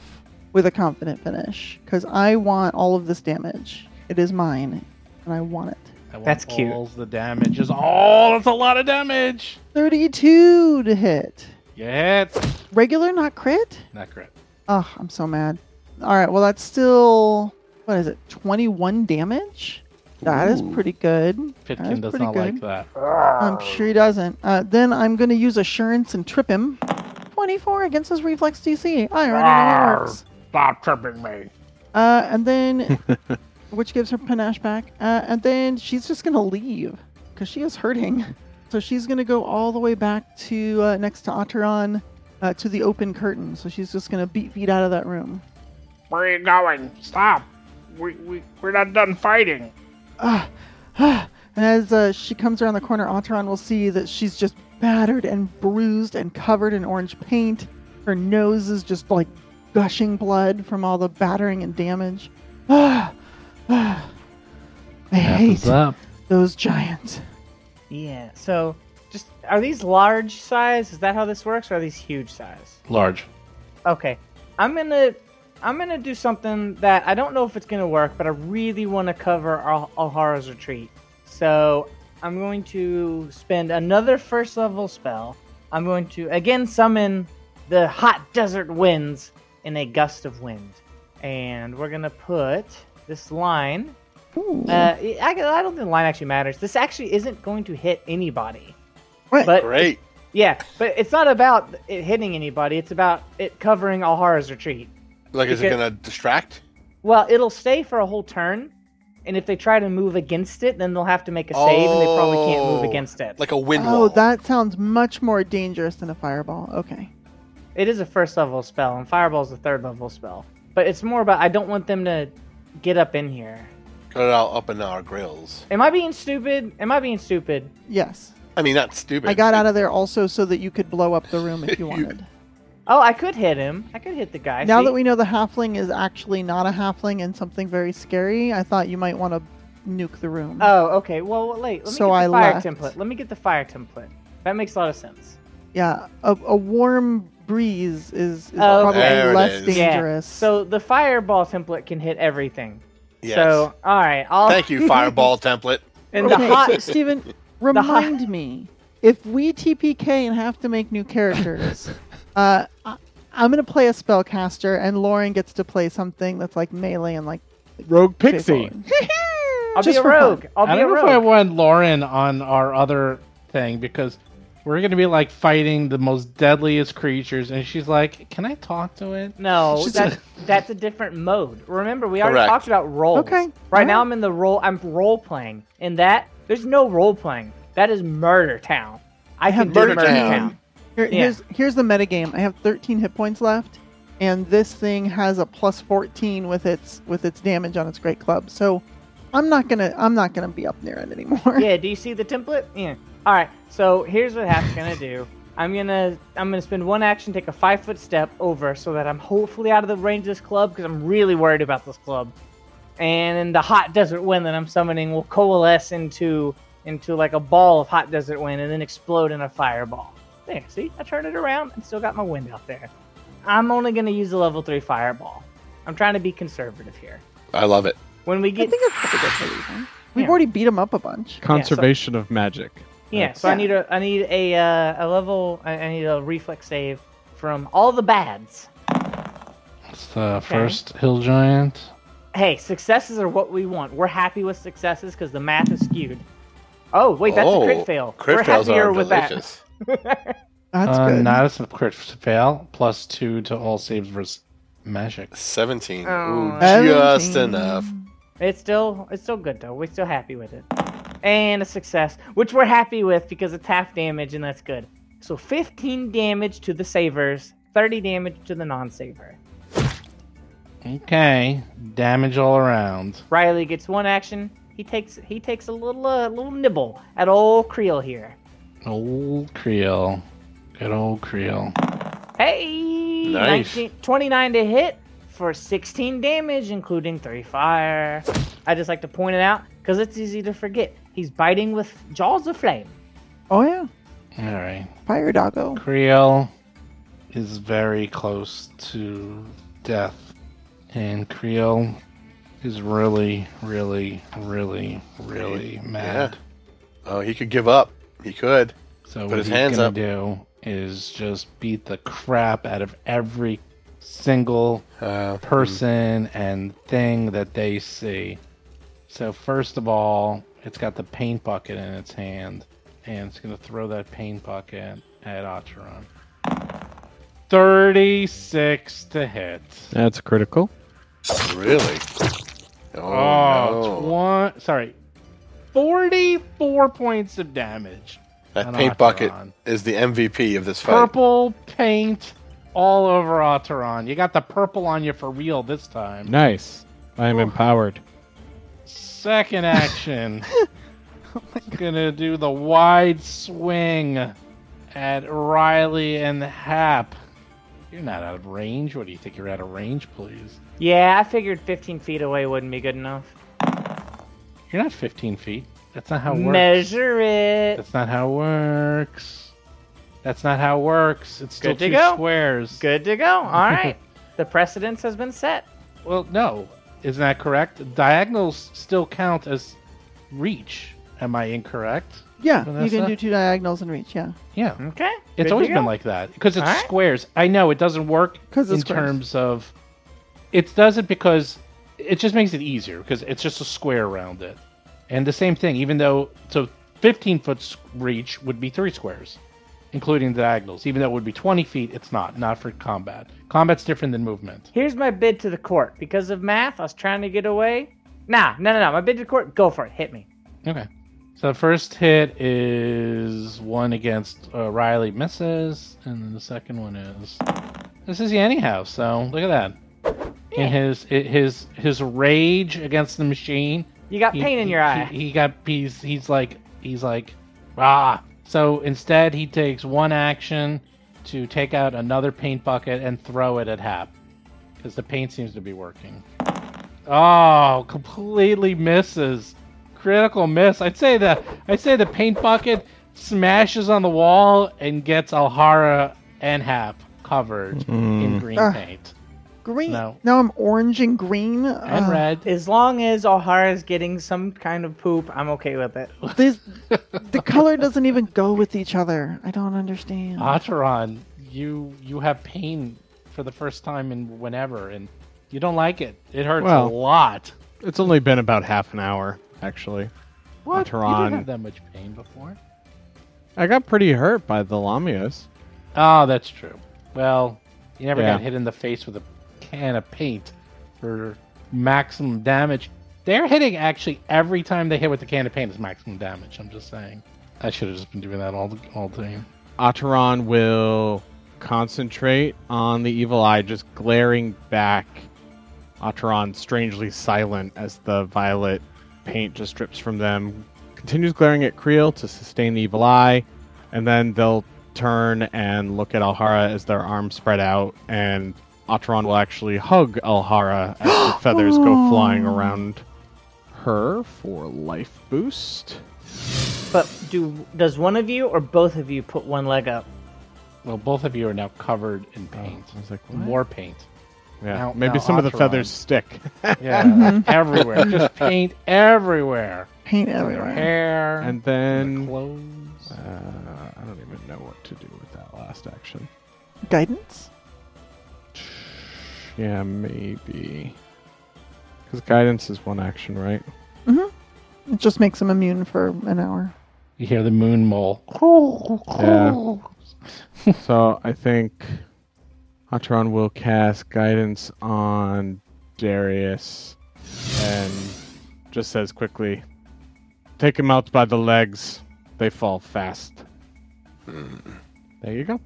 with a confident finish because I want all of this damage. It is mine, and I want it. I want That's cute. All the damage is all. That's a lot of damage. 32 to hit. You hit. Regular, not crit. Not great. Ugh, I'm so mad. All right, well that's still what is it? 21 damage. That is pretty good. That Pitkin is does pretty not like good. that. I'm sure he doesn't. Uh, then I'm going to use assurance and trip him. 24 against his reflex DC. I already know it works. Stop tripping me. Uh, and then, which gives her panache back. Uh, and then she's just going to leave because she is hurting. So she's going to go all the way back to uh, next to Ateron uh, to the open curtain. So she's just going to beat feet out of that room. Where are you going? Stop. We, we, we're not done fighting. and as uh, she comes around the corner, Antaron will see that she's just battered and bruised and covered in orange paint. Her nose is just like gushing blood from all the battering and damage. (sighs) I hate up. those giants. Yeah. So Just are these large size? Is that how this works? Or are these huge size? Large. Okay, I'm gonna I'm gonna do something that I don't know if it's gonna work, but I really want to cover Al- Alhara's retreat. So I'm going to spend another first level spell. I'm going to again summon the hot desert winds in a gust of wind, and we're gonna put this line Ooh. uh, I, I don't think the line actually matters. This actually isn't going to hit anybody. Right. But Great. yeah, but it's not about it hitting anybody. It's about it covering Alhara's retreat. Like, is it Okay. going to distract? Well, it'll stay for a whole turn, and if they try to move against it, then they'll have to make a save, and they probably can't move Oh, against it. Like a wind oh, wall. that sounds much more dangerous than a fireball. Okay. it is a first level spell, and Fireball's a third level spell. But it's more about I don't want them to get up in here. Cut it all up in our grills. Am I being stupid? Am I being stupid? Yes. I mean, not stupid. I got out of there also so that you could blow up the room (laughs) if you wanted. Oh, I could hit him. I could hit the guy. now See? that we know the halfling is actually not a halfling and something very scary, I thought you might want to nuke the room. Oh, okay. Well, well, wait. Let me So get the I fire left. template. Let me get the fire template. That makes a lot of sense. yeah, a, a warm breeze is, is Oh, probably There it less is. Yeah. dangerous. So the fireball template can hit everything. Yes. So all right, I'll (laughs) Thank you, fireball template. and the okay, hot. so (laughs) Steven, remind me if we TPK and have to make new (laughs) characters, uh, I, I'm gonna play a spellcaster and Lauren gets to play something that's like melee and like Rogue Pixie. straightforward. (laughs) I'll be just a for fun. rogue. I'll I be a don't know if I rogue. want Lauren on our other thing because we're gonna be like fighting the most deadliest creatures, and she's like, "Can I talk to it?" (laughs) No, She's that, that's a different mode. Remember, we already Correct. talked about roles. Okay, Right now, I'm in the role. I'm role playing. In that, there's no role playing. That is murder town. I have can do Murder murder town. Town. Here, Yeah. Here's here's the metagame. I have 13 hit points left, and this thing has a plus 14 with its with its damage on its great club. So, I'm not gonna I'm not gonna be up near it anymore. Yeah. Do you see the template? Yeah. All right. So here's what Hap's gonna do. I'm gonna I'm gonna spend one action, take a five foot step over, so that I'm hopefully out of the range of this club because I'm really worried about this club. And the hot desert wind that I'm summoning will coalesce into into like a ball of hot desert wind and then explode in a fireball. There, see, I turned it around and still got my wind out there. I'm only gonna use a level three fireball. I'm trying to be conservative here. I love it. When we (laughs) I get think that's pretty good for (sighs) reason. We've Yeah. already beat him up a bunch. Conservation of magic. Yeah, so I Yeah. need a I need a uh, a level I, I need a reflex save from all the bads. It's the first hill giant. Hey, successes are what we want. We're happy with successes because the math is skewed. Oh wait, that's oh, a crit fail. Crit We're fails happier are with delicious. that. That's uh, good. Not as a crit fail. Plus two to all saves versus magic. 17. Oh, Ooh, just 17. enough. it's still it's still good though. We're still happy with it. And a success, which we're happy with because it's half damage and that's good. So 15 damage to the savers, 30 damage to the non-saver. Okay, damage all around. Riley gets one action. He takes he takes a little uh, little nibble at old Creel here. Old Creel, good old Creel. Hey, Nice. 19 29 to hit for 16 damage, including three fire. I just like to point it out because it's easy to forget. He's biting with jaws of flame. Oh yeah, All right, fire doggo. Creel is very close to death, and Creel is really, really, really, really mad. Oh, he could give up. He could. So Put what his he's hands gonna up. do is just beat the crap out of every single Uh, person and thing that they see. So first of all, it's got the paint bucket in its hand, and it's gonna throw that paint bucket at Acheron. Thirty-six to hit. That's critical. really? Oh, no. twen- sorry, forty-four points of damage. That an paint bucket octagon. is the MVP of this fight. Purple paint all over Acheron. You got the purple on you for real this time. Nice. I am empowered. Second action. Gonna do the wide swing at Riley and Hap. You're not out of range. What do you think? You're out of range, please. Yeah, I figured 15 feet away wouldn't be good enough. You're not 15 feet. That's not how it works. Measure it. That's not how it works. That's not how it works. It's still Good to two go. squares. Good (laughs) to go. All right. The precedence has been set. Well, no, isn't that correct? Diagonals still count as reach. Am I incorrect? Yeah, you Vanessa? can do two diagonals and reach. Yeah, Yeah, Okay. good it's to always been go. like that because it's All right. squares. I know it doesn't work 'Cause in it's squares. terms of it doesn't because it just makes it easier because it's just a square around it. And the same thing, even though so 15 foot s- reach would be three squares, including the diagonals. Even though it would be 20 feet, it's not not for combat. Combat's different than movement. Here's my bid to the court. Because of math, I was trying to get away. Nah, no, no, no. My bid to the court, go for it. Hit me. Okay. So the first hit is one against uh, Riley misses, and then the second one is this is anyhow. So look at that. In his i- his his rage against the machine, You got he- pain in your he- eye. He, he got he's he's like he's like ah. So instead, he takes one action to take out another paint bucket and throw it at Hap because the paint seems to be working. Oh, completely misses. Critical miss. I'd say the I'd say the paint bucket smashes on the wall and gets Alhara and Hap covered in green Ah. paint green. No. Now I'm orange and green. and uh, red. As long as O'Hara's getting some kind of poop, I'm okay with it. (laughs) This, the color doesn't even go with each other. I don't understand. Ah, Acheron, you you have pain for the first time in whenever, and you don't like it. It hurts Well, a lot. It's only been about half an hour, actually. What? You Acheron. didn't have that much pain before. I got pretty hurt by the lamias. Oh, that's true. Well, you never Yeah. got hit in the face with a can of paint for maximum damage. They're hitting actually every time they hit with the can of paint is maximum damage. I'm just saying. I should have just been doing that all the all day. Ataran will concentrate on the evil eye, just glaring back. Ataran strangely silent as the violet paint just drips from them. Continues glaring at Creel to sustain the evil eye, and then they'll turn and look at Alhara as their arms spread out, and Ataran will actually hug Alhara as the (gasps) feathers go flying around her for life boost. But do does one of you or both of you put one leg up? Well, both of you are now covered in paint. I was like, Oh, what? More paint. (laughs) Yeah, Now- now maybe some of the Ataran. feathers (laughs) stick. Yeah, everywhere. Just paint everywhere. Paint Their everywhere. hair And their then clothes. uh, I don't even know what to do with that last action. Guidance. Yeah, maybe because guidance is one action, (laughs) right? It just makes them immune for an hour. You hear the moon mole. Yeah. so I think Atron will cast guidance on Darius and just says quickly, "Take him out by the legs. They fall fast." There you go.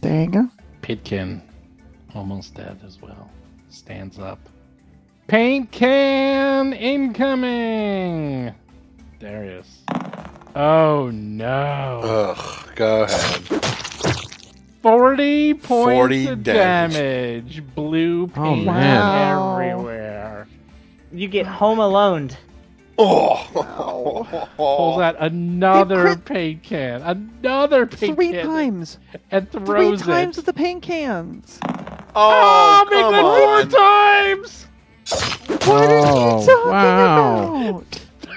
There you go. Pitkin, almost dead as well, stands up. Paint can incoming! Darius. Oh no. Ugh, go ahead. 40 points 40 of damage. damage. Blue Oh, paint man. Wow. everywhere. You get home alone. (laughs) Oh, Pulls out another crit- paint can. Another paint Three can. times. And Three throws times it. with the paint cans. oh, Oh, make that come on. four times! (laughs) What are Oh, you talking wow.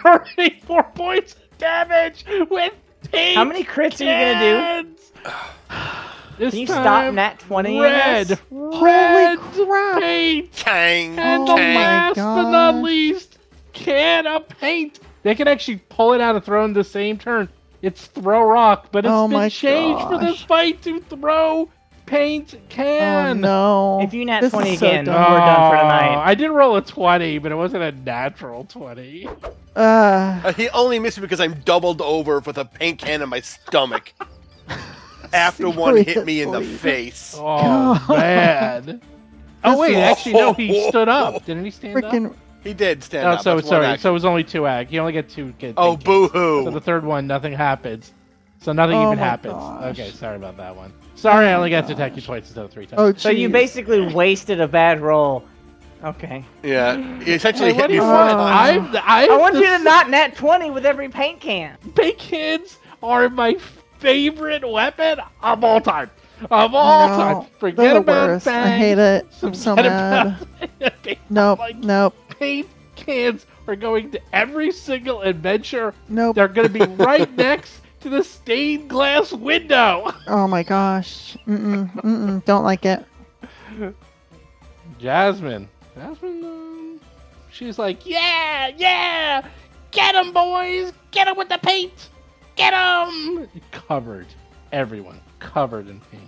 about? 34 points of damage with paint. How many crits are you gonna do? (sighs) do? This Can you time, stop Nat 20 in red, this? red Holy crap. paint, Tang, and Oh the my tang. last but not gosh. least, can of paint. They can actually pull it out and throw in the same turn. It's throw rock, but it's Oh been my changed for this gosh. fight to throw paint Oh, can. no. If you nat This is 20 so again, dumb. we're done for tonight. Oh, I did roll a twenty, but it wasn't a natural twenty. Uh, Uh, He only missed me because I'm doubled over with a paint can in (laughs) my stomach. After one hit me in the Seriously. face. Oh (laughs) God. man! Oh This wait, is- actually no, (laughs) he stood up. Didn't he stand up? freaking He did stand Oh, up. so That's one sorry. action. So it was only two ag. You only get two. Get, oh, thank you. boo So the hoo. third one, nothing happens. So nothing Oh even my happens. gosh. Okay, sorry about that one. Sorry, I only got to attack you twice instead of three times. oh, So you jeez. basically wasted a bad roll. Okay. Yeah, he essentially what uh, hit do me you four want? Uh, times. I'm, I'm I want the you (laughs) to not net 20 with every paint can. Big hands are my favorite weapon of all time. Of all No, time. they're Forget the about worst. Bang. I hate it. (laughs) I'm so Forget mad. about- (laughs) They- Nope, Like- nope, paint cans are going to every single adventure. nope. They're going to be right next to the stained glass window. Oh my gosh. (laughs) Mm-mm, mm-mm, don't like it. (laughs) Jasmine. Jasmine, um, she's like, yeah, yeah, get them, boys, get them with the paint, get them. Covered, everyone covered in paint.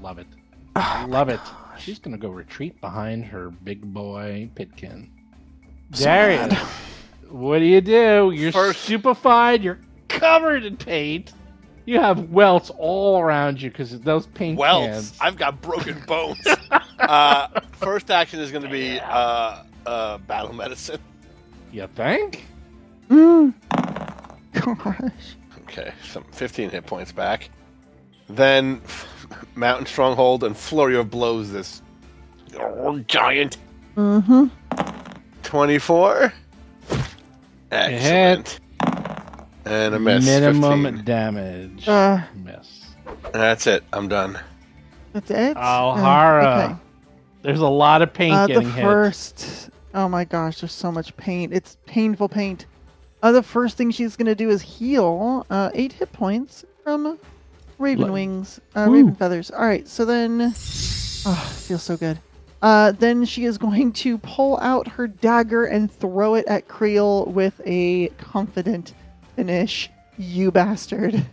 Love it, love it. She's gonna go retreat behind her big boy Pitkin. Darius, what do you do? You're First- stupefied. You're covered in paint. You have welts all around you because those paint Welts. cans. I've got broken bones. (laughs) uh, first action is going to be uh, uh, battle medicine. You think? Mm. Gosh. Okay, some 15 hit points back. Then (laughs) mountain stronghold and flurry of blows. This oh, giant Mm-hmm. 24. Excellent. And a miss. Minimum 15. damage. Uh, Miss. That's it. I'm done. that's it. Oh, Uh, Hara. okay. There's a lot of paint Uh, the getting hit. first. Oh my gosh, there's so much paint. It's painful paint. Uh, the first thing she's gonna do is heal uh, eight hit points from Raven Lo- Wings, uh, Woo. Raven Feathers. All right, so then, oh, feels so good. Uh, then she is going to pull out her dagger and throw it at Creel with a confident finish. You bastard!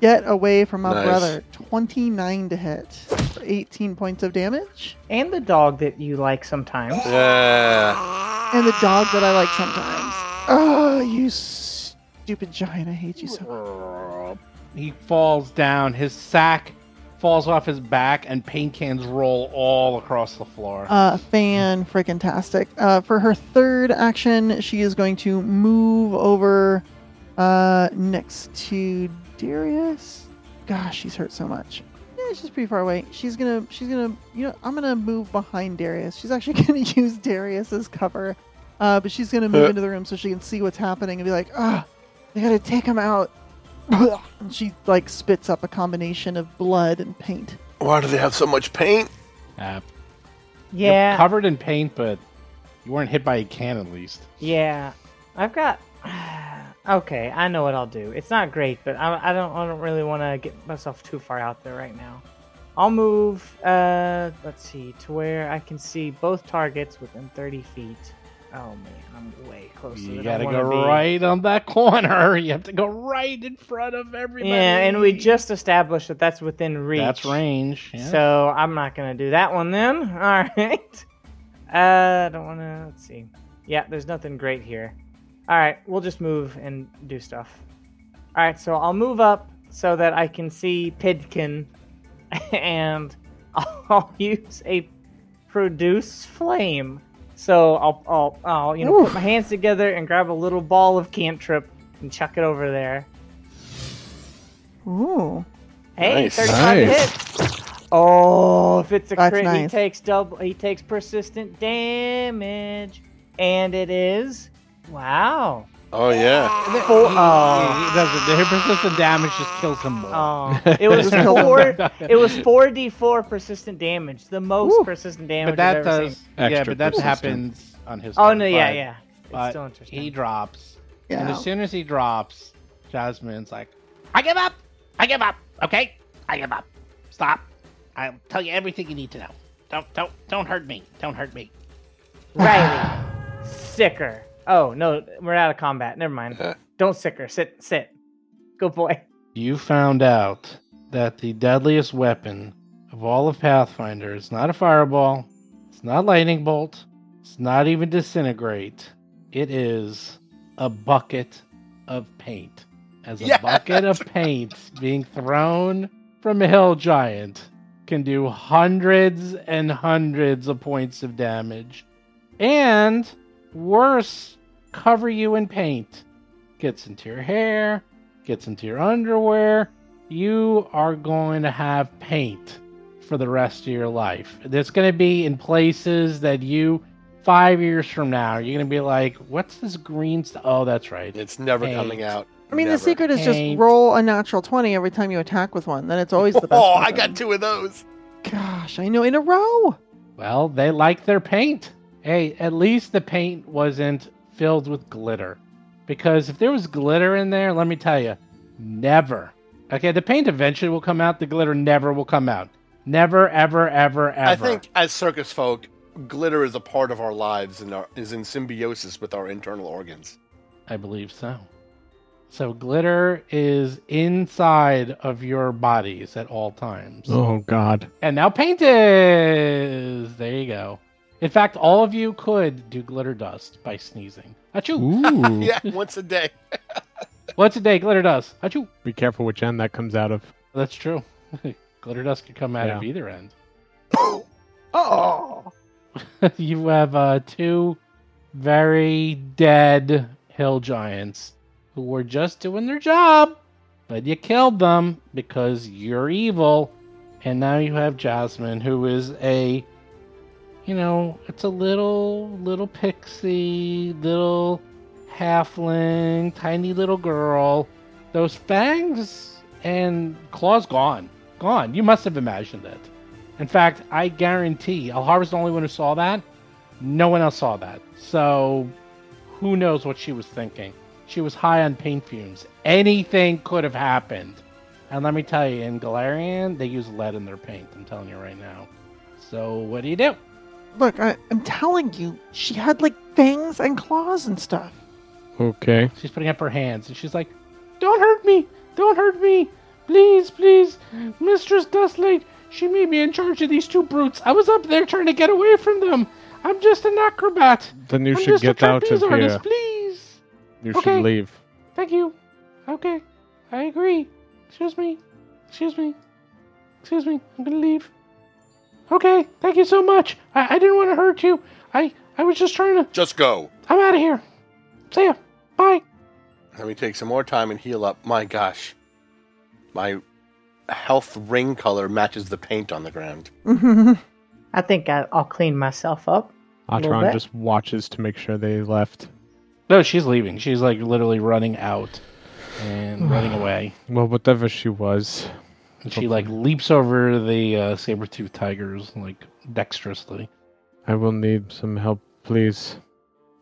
Get away from my Nice. brother. Twenty-nine to hit, eighteen points of damage. And the dog that you like sometimes. Yeah. and the dog that I like sometimes. Oh, you stupid giant! I hate you so. much. He falls down. His sack falls off his back, and paint cans roll all across the floor. Uh, fan freaking tastic. Uh, for her third action, she is going to move over uh, next to Darius. Gosh, she's hurt so much. Yeah, she's pretty far away. She's gonna, she's gonna, you know, I'm gonna move behind Darius. She's actually (laughs) gonna use Darius as cover, uh, but she's gonna move Huh. into the room so she can see what's happening and be like, ah, they gotta take him out. (laughs) And she like spits up a combination of blood and paint. Why do they have so much paint? Uh, you're Yeah. covered in paint, but you weren't hit by a can at least. Yeah, I've got. (sighs) okay, I know what I'll do. It's not great, but I, I don't. I don't really want to get myself too far out there right now. I'll move. Uh, let's see to where I can see both targets within 30 feet. Oh man, I'm way closer. You than I gotta wanna go be. right on that (laughs) corner. You have to go right in front of everybody. Yeah, and we just established that that's within reach. That's range. Yeah. So I'm not gonna do that one then. (laughs) All right. Uh, I don't want to. Let's see. Yeah, there's nothing great here. All right, we'll just move and do stuff. All right, so I'll move up so that I can see Pidkin, (laughs) and I'll (laughs) use a produce flame. So I'll, I'll, I'll you know, put Oof. my hands together and grab a little ball of cantrip and chuck it over there. Ooh. Hey, Nice. 35 to hit. Oh, if it's a That's crit, he nice. takes double. He takes persistent damage, and it is wow. Oh, yeah. Four, oh, He doesn't. The persistent damage just kills him more. oh, it was Just (laughs) killed him. four. It was four d four persistent damage, the most Woo. persistent damage but that I've ever does. seen. Yeah, Extra but that persistent. happens on his. Oh turn, no, yeah, but- yeah. but It's still interesting. He drops. Yeah. And as soon as he drops, Jasmine's like, I give up. I give up. Okay? I give up. Stop. I'll tell you everything you need to know. Don't don't don't hurt me. Don't hurt me. Riley, sicker. Oh no, we're out of combat. Never mind. Yeah. Don't sicker. Sit, sit. Good boy. You found out that the deadliest weapon of all of Pathfinder is not a fireball, it's not lightning bolt, it's not even disintegrate. It is a bucket of paint. As a Yes! bucket of paint being thrown from a hill giant can do hundreds and hundreds of points of damage. And worse, cover you in paint. Gets into your hair, gets into your underwear, you are going to have paint for the rest of your life. That's going to be in places that you, five years from now, you're going to be like, what's this green stuff? Oh, that's right. It's never Hey. coming out. I mean, the Never. secret is just Ain't. roll a natural 20 every time you attack with one. Then it's always the best. Oh, I weapon. got two of those. Gosh, I know in a row. Well, they like their paint. Hey, at least the paint wasn't filled with glitter. Because if there was glitter in there, let me tell you, never. Okay, the paint eventually will come out, the glitter never will come out. Never, ever, ever, ever. I think as circus folk, glitter is a part of our lives and our, is in symbiosis with our internal organs. I believe so. So glitter is inside of your bodies at all times. Oh God. And now paint is there you go. In fact, all of you could do glitter dust by sneezing. Achoo! Ooh. (laughs) Yeah, once a day. Once a day, glitter dust. Achoo! Be careful which end that comes out of. That's true. (laughs) glitter dust could come out of Yeah. either end. (laughs) Oh, you have uh, two very dead hill giants who were just doing their job, but you killed them because you're evil. And now you have Jasmine, who is a, you know, it's a little, little pixie, little halfling, tiny little girl. Those fangs and claws gone. Gone. You must have imagined it. In fact, I guarantee Alhar was the only one who saw that. No one else saw that. So who knows what she was thinking? She was high on paint fumes. Anything could have happened. And let me tell you, in Galarian, they use lead in their paint. I'm telling you right now. So what do you do? look, I, I'm telling you, she had like fangs and claws and stuff. (laughs) Okay. She's putting up her hands and she's like, Don't hurt me! Don't hurt me! Please, please! Mistress Dustlight, she made me in charge of these two brutes. I was up there trying to get away from them. I'm just an acrobat. Then you I'm should just a get out of trapeze artist, here. please. You Okay. should leave. Thank you. Okay, I agree. Excuse me. Excuse me. Excuse me. I'm gonna leave. Okay, thank you so much. I, I didn't want to hurt you. I I was just trying to. Just go. I'm out of here. See ya. Bye. Let me take some more time and heal up. My gosh. My health ring color matches the paint on the ground. I think I, I'll clean myself up. little Atron bit. just watches to make sure they left. No, she's leaving. She's like literally running out and running away. Well, whatever she was. And she like leaps over the uh, saber-toothed tigers like dexterously. I will need some help, please.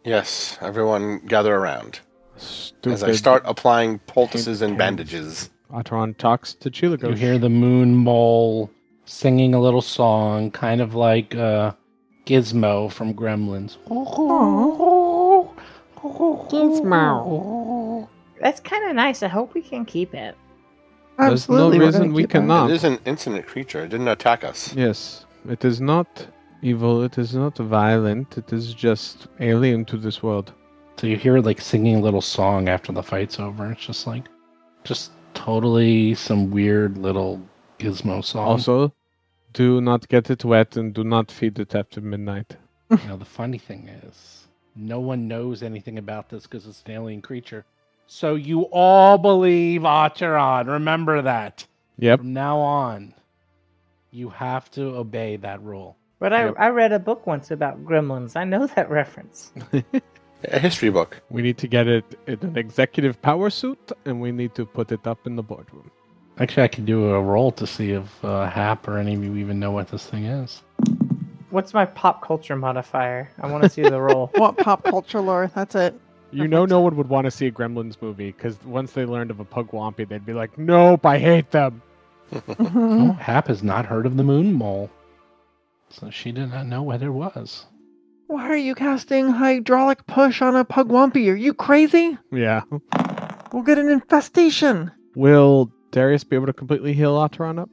Yes, everyone gather around. Stupid. As I start applying poultices Paint and bandages. Atron talks to Chiligo. You hear the moon mole singing a little song, kind of like uh, Gizmo from Gremlins. Gizmo. That's kind of nice. I hope we can keep it. no Absolutely, we're reason gonna we keep her. cannot. It is an infinite creature. It didn't attack us. Yes, it is not evil. It is not violent. It is just alien to this world. So you hear like singing a little song after the fight's over. It's just like, just totally some weird little Gizmo song. Also, do not get it wet and do not feed it after midnight. Now, the funny thing is, no one knows anything about this because it's an alien creature. So you all believe Acheron. Remember that. Yep. From now on, you have to obey that rule. But I, Yep. I read a book once about gremlins. I know (laughs) that reference. A history book. We need to get it in an executive power suit and we need to put it up in the boardroom. Actually, I could do a roll to see if uh, Hap or any of you even know what this thing is. What's my pop culture modifier? I want to see the roll. Want pop culture lore? That's (laughs) it. You know, no one would want to see a Gremlins movie because once they learned of a Pugwampy, they'd be like, nope, I hate them. Hmm. Mm-hmm. Oh, Hap has not heard of the moon mole. So she did not know what it was. Why are you casting hydraulic push on a pugwumpy? Are you crazy? Yeah. We'll get an infestation. Will Darius be able to completely heal Otteron up?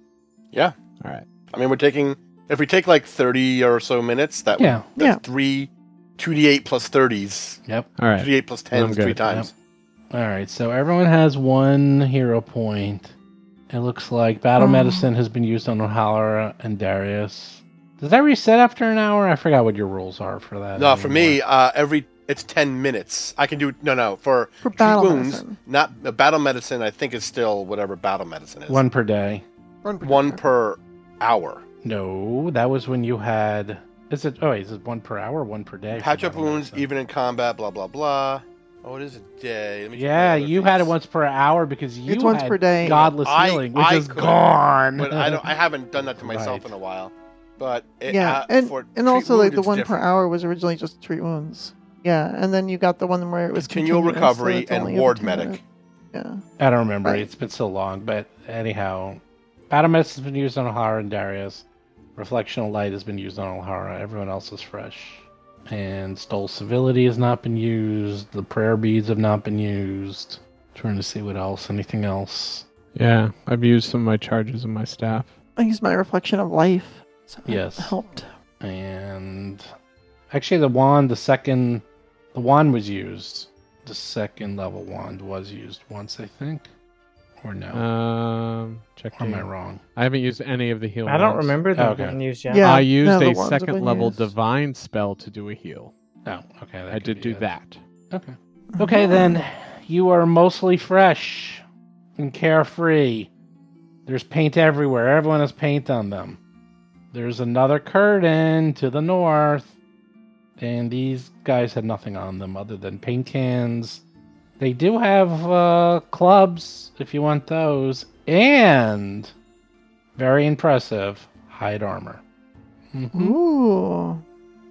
Yeah. All right. I mean, we're taking. If we take like 30 or so minutes, that would Yeah. That's Yeah. three, 2d8 plus 30s. Yep. All right. 2d8 plus 10s I'm good. three times. All right, so everyone has one hero point. It looks like battle Oh. Um. medicine has been used on O'Halloran and Darius. Does that reset after an hour? I forgot what your rules are for that. No, for me, anymore. uh, every it's 10 minutes. I can do. No, no. For For true battle wounds, medicine. not uh, battle medicine, I think is still whatever battle medicine is. one per day. Run for One cover. per hour. No, that was when you had. Is it? Oh, is it one per hour, one per day? Patch up Something like wounds, that. even in combat, blah, blah, blah. Oh, it is a day. Let me check my Yeah, other you had it things. once per hour because you once had per day. Godless I- healing, which I is could, gone. But (laughs) I don't. I haven't done that to myself Right. in a while. But it, yeah, uh, and for and treat also like wound, the it's one different. per hour was originally just treat wounds. Yeah, and then you got the one where it was Continual continuous, so recovery it's and only every ward 10 medic. minutes. Yeah, I don't remember. Right. It's been so long. But anyhow, battle medicine has been used on O'Hara and Darius. Reflection of light has been used on O'Hara. Everyone else is fresh. And stole civility has not been used. The prayer beads have not been used. Trying to see what else. Anything else? Yeah, I've used some of my charges and my staff. I used my reflection of life. So that Yes. helped. And actually, the wand, the second, the wand was used. The second level wand was used once, I think, or no? Um, check. or Oh. am I the- wrong? I haven't used any of the heal. I don't ones. remember that Okay. one used yet. Yeah. I used no, the a ones that second we level used. divine spell to do a heal. No. Okay. that I could did be do it. that. Okay. Okay, then you are mostly fresh and carefree. There's paint everywhere. Everyone has paint on them. There's another curtain to the north. And these guys had nothing on them other than paint cans. They do have uh, clubs if you want those. And very impressive hide armor. Mhm. Ooh,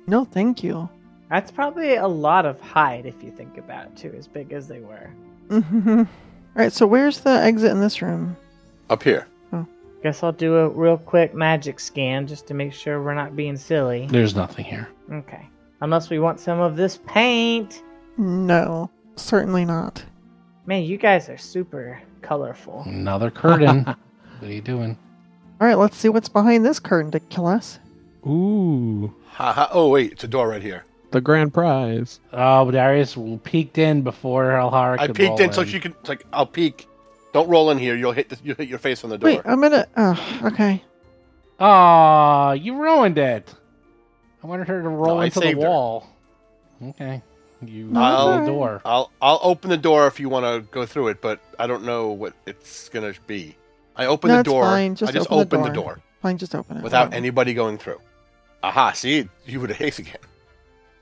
no, thank you. (laughs) That's probably a lot of hide if you think about it too, as big as they were. Mhm. All right, so where's the exit in this room? up here. Guess I'll do a real quick magic scan just to make sure we're not being silly. There's nothing here. Okay. Unless we want some of this paint. No, certainly not. Man, you guys are super colorful. Another curtain. what are you doing? All right, let's see what's behind this curtain to kill us. Ooh, Ha ha. Oh wait, it's a door right here. the grand prize. Oh, Darius peeked in before Alhara I could peeked roll in, so she could. It's like I'll peek. Don't roll in here. You'll hit. This, you'll hit your face on the door. Wait, I'm gonna. Oh, okay. Aw, you ruined it. I wanted her to roll No, I into the saved her. wall. Okay. You No, rolled the it's all door. I'll I'll open the door if you want to go through it, but I don't know what it's gonna be. I open No, the it's door. fine. Just I just open the opened the door. Um, door, Fine, just open it. Oh without Whatever. anybody going through. Aha! See, you would have (laughs) haste again.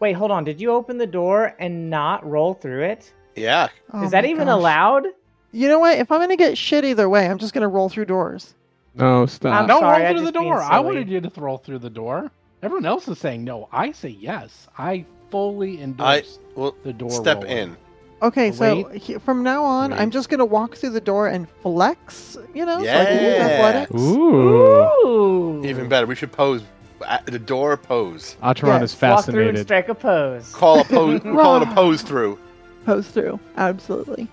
Wait, hold on. Did you open the door and not roll through it? Yeah, Oh Is that my even gosh. allowed? You know what? If I'm gonna get shit either way, I'm just gonna roll through doors. No, stop. I'm Don't sorry, I roll through the just being door. I silly. wanted you to roll through the door. Everyone else is saying no. I say yes. I fully endorse well, the door. step roll. in. Okay, so Wait. he, from now on, I'm Wait. just gonna walk through the door and flex. You know, so I can use Yeah. athletics. Ooh, Ooh. Even better, we should pose at the door pose. Atron Yes. Walk is through and fascinated. strike a pose. Call (laughs) a pose. we call it a pose through. Pose through. Absolutely.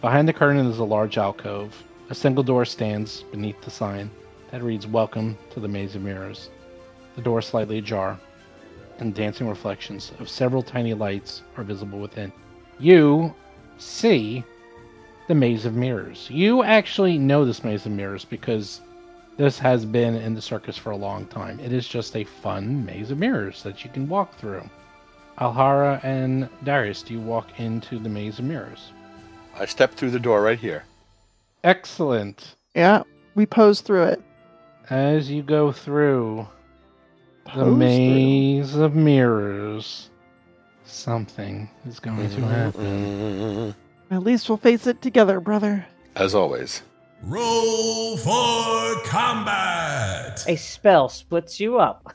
Behind the curtain is a large alcove. A single door stands beneath the sign that reads Welcome to the Maze of Mirrors. The door slightly ajar, and dancing reflections of several tiny lights are visible within. You see the Maze of Mirrors. You actually know this Maze of Mirrors because this has been in the circus for a long time. It is just a fun Maze of Mirrors that you can walk through. Alhara and Darius, do you walk into the Maze of Mirrors? I step through the door right here. Excellent. Yeah, we pose through it. As you go through the Pose maze of mirrors, something is going to happen. At least we'll face it together, brother. Mm-hmm. (laughs) As always. Roll for combat. A spell splits you up.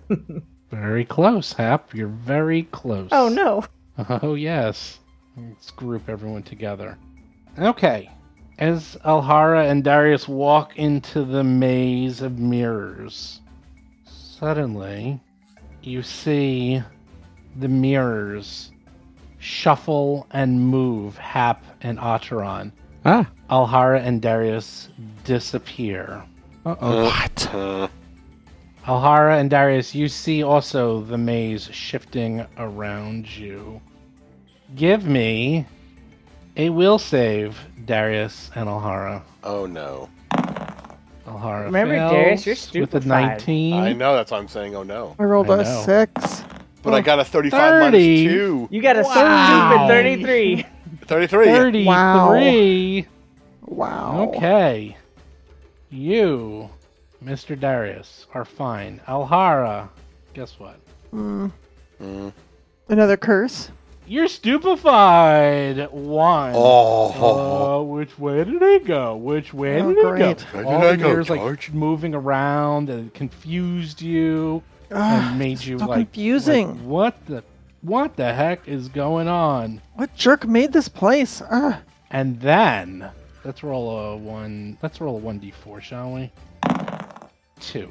Very close, Hap. You're very close. oh no. (laughs) Oh, yes. Let's group everyone together. Okay. As Alhara and Darius walk into the maze of mirrors, suddenly you see the mirrors shuffle and move Hap and Otteron. Ah, Alhara and Darius disappear. What? Alhara and Darius, you see also the maze shifting around you. Give me a will save, Darius and Alhara. oh no. Alhara, Remember, fails Darius, you're with stupefied. a nineteen. I know that's why I'm saying oh no. I rolled I a know. six. But I got a 35 minus 30. 2. You got a Wow. stupid 33. 33. Thirty-three. Wow. Wow. Okay. You Mr. Darius are fine. Alhara, guess what? Another curse. You're stupefied. One. Oh, Uh, which way did it go? Which way Oh, did it great. go? Where did All I the go, years, like George? moving around and confused you Ugh, Ah, and made you so like confusing. like, what the what the heck is going on? What jerk made this place? Ugh. And then let's roll a one. Let's roll a one d four, shall we? Two.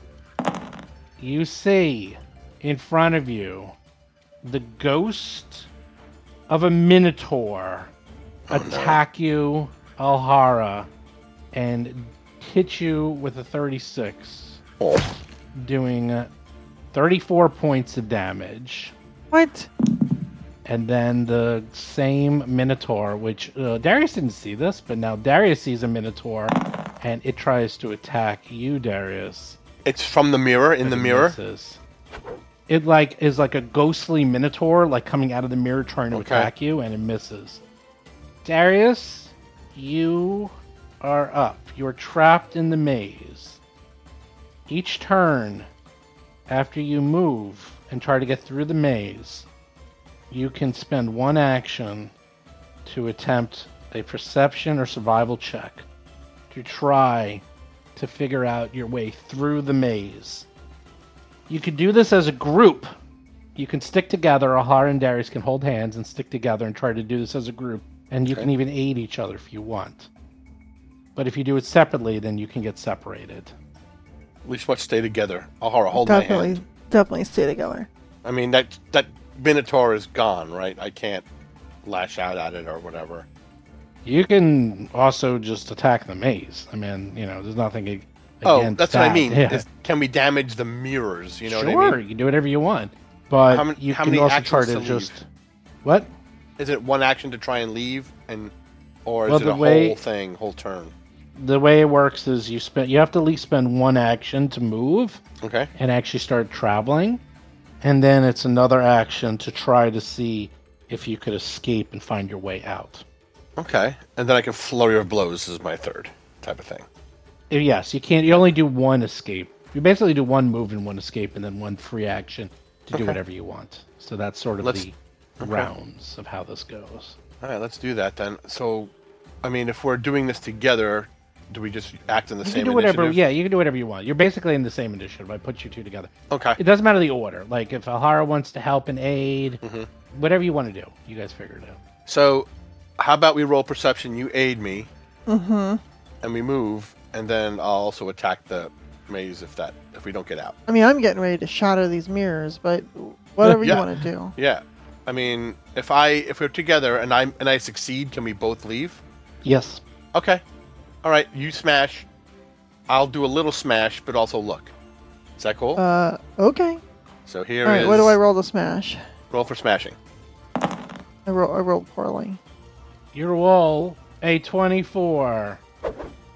You see in front of you the ghost of a minotaur attack you, Alhara, and hit you with a thirty-six, doing thirty-four points of damage What? and then the same minotaur which uh, darius didn't see this but now darius sees a minotaur and it tries to attack you darius it's from the mirror. In the It mirror. misses. it like is like a ghostly minotaur like coming out of the mirror trying to Okay. attack you and it misses darius you are up you're trapped in the maze each turn after you move and try to get through the maze you can spend one action to attempt a perception or survival check to try to figure out your way through the maze. You could do this as a group. You can stick together. Ahar and Darius can hold hands and stick together and try to do this as a group. And you can even aid each other if you want. But if you do it separately, then you can get separated. We should watch Stay Together. Ahara, hold my Definitely, hand. definitely stay together. I mean that that Minotaur is gone, right? I can't lash out at it or whatever. You can also just attack the maze. I mean, you know, there's nothing ag- against Oh, that's what I that. mean. Yeah. Is, can we damage the mirrors? You know sure, what I mean? you can do whatever you want. But How many- you how can many also try actions to, to leave? just. What? Is it one action to try and leave, and or is Well, it the a way- whole thing, whole turn? the way it works is you spend you have to at least spend one action to move Okay. and actually start traveling and then it's another action to try to see if you could escape and find your way out Okay. And then I can flurry of blows is my third type of thing. Uh, yes you can't you only do one escape you basically do one move and one escape and then one free action to do whatever you want so that's sort of Let's- the rounds of how this goes All right, let's do that then. So, I mean, if we're doing this together, do we just act in the you same can do whatever initiative? yeah you can do whatever you want you're basically in the same initiative i put you two together Okay. it doesn't matter the order like if alhara wants to help and aid Mm-hmm. whatever you want to do you guys figure it out So, how about we roll perception? You aid me, Mm-hmm. and we move, and then I'll also attack the maze if that if we don't get out. I mean, I'm getting ready to shatter these mirrors, but whatever Yeah. you want to do. Yeah. I mean, if I if we're together and I and I succeed, can we both leave? Yes. Okay. All right. You smash. I'll do a little smash, but also look. Is that cool? Uh, okay. so here All right. is- What do I roll to smash? roll for smashing. I roll. I rolled poorly. You roll a 24.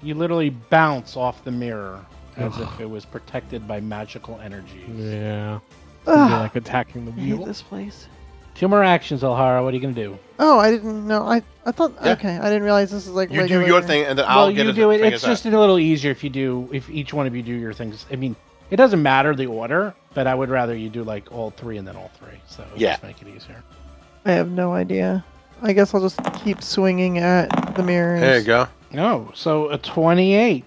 You literally bounce off the mirror as if it was protected by magical energies. Yeah. It'd be Ugh, like attacking the I hate wheel. this place. Two more actions, Alhara. What are you going to do? Oh, I didn't know. I I thought Yeah. okay. I didn't realize this is like You do regular- your thing, and then I'll well, get you a do it. thing It's as that. just a little easier if you do, if each one of you do your things. I mean, it doesn't matter the order, but I would rather you do like all three and then all three. So it'll Yeah. just make it easier. I have no idea. I guess I'll just keep swinging at the mirrors. There you go. No, so a 28.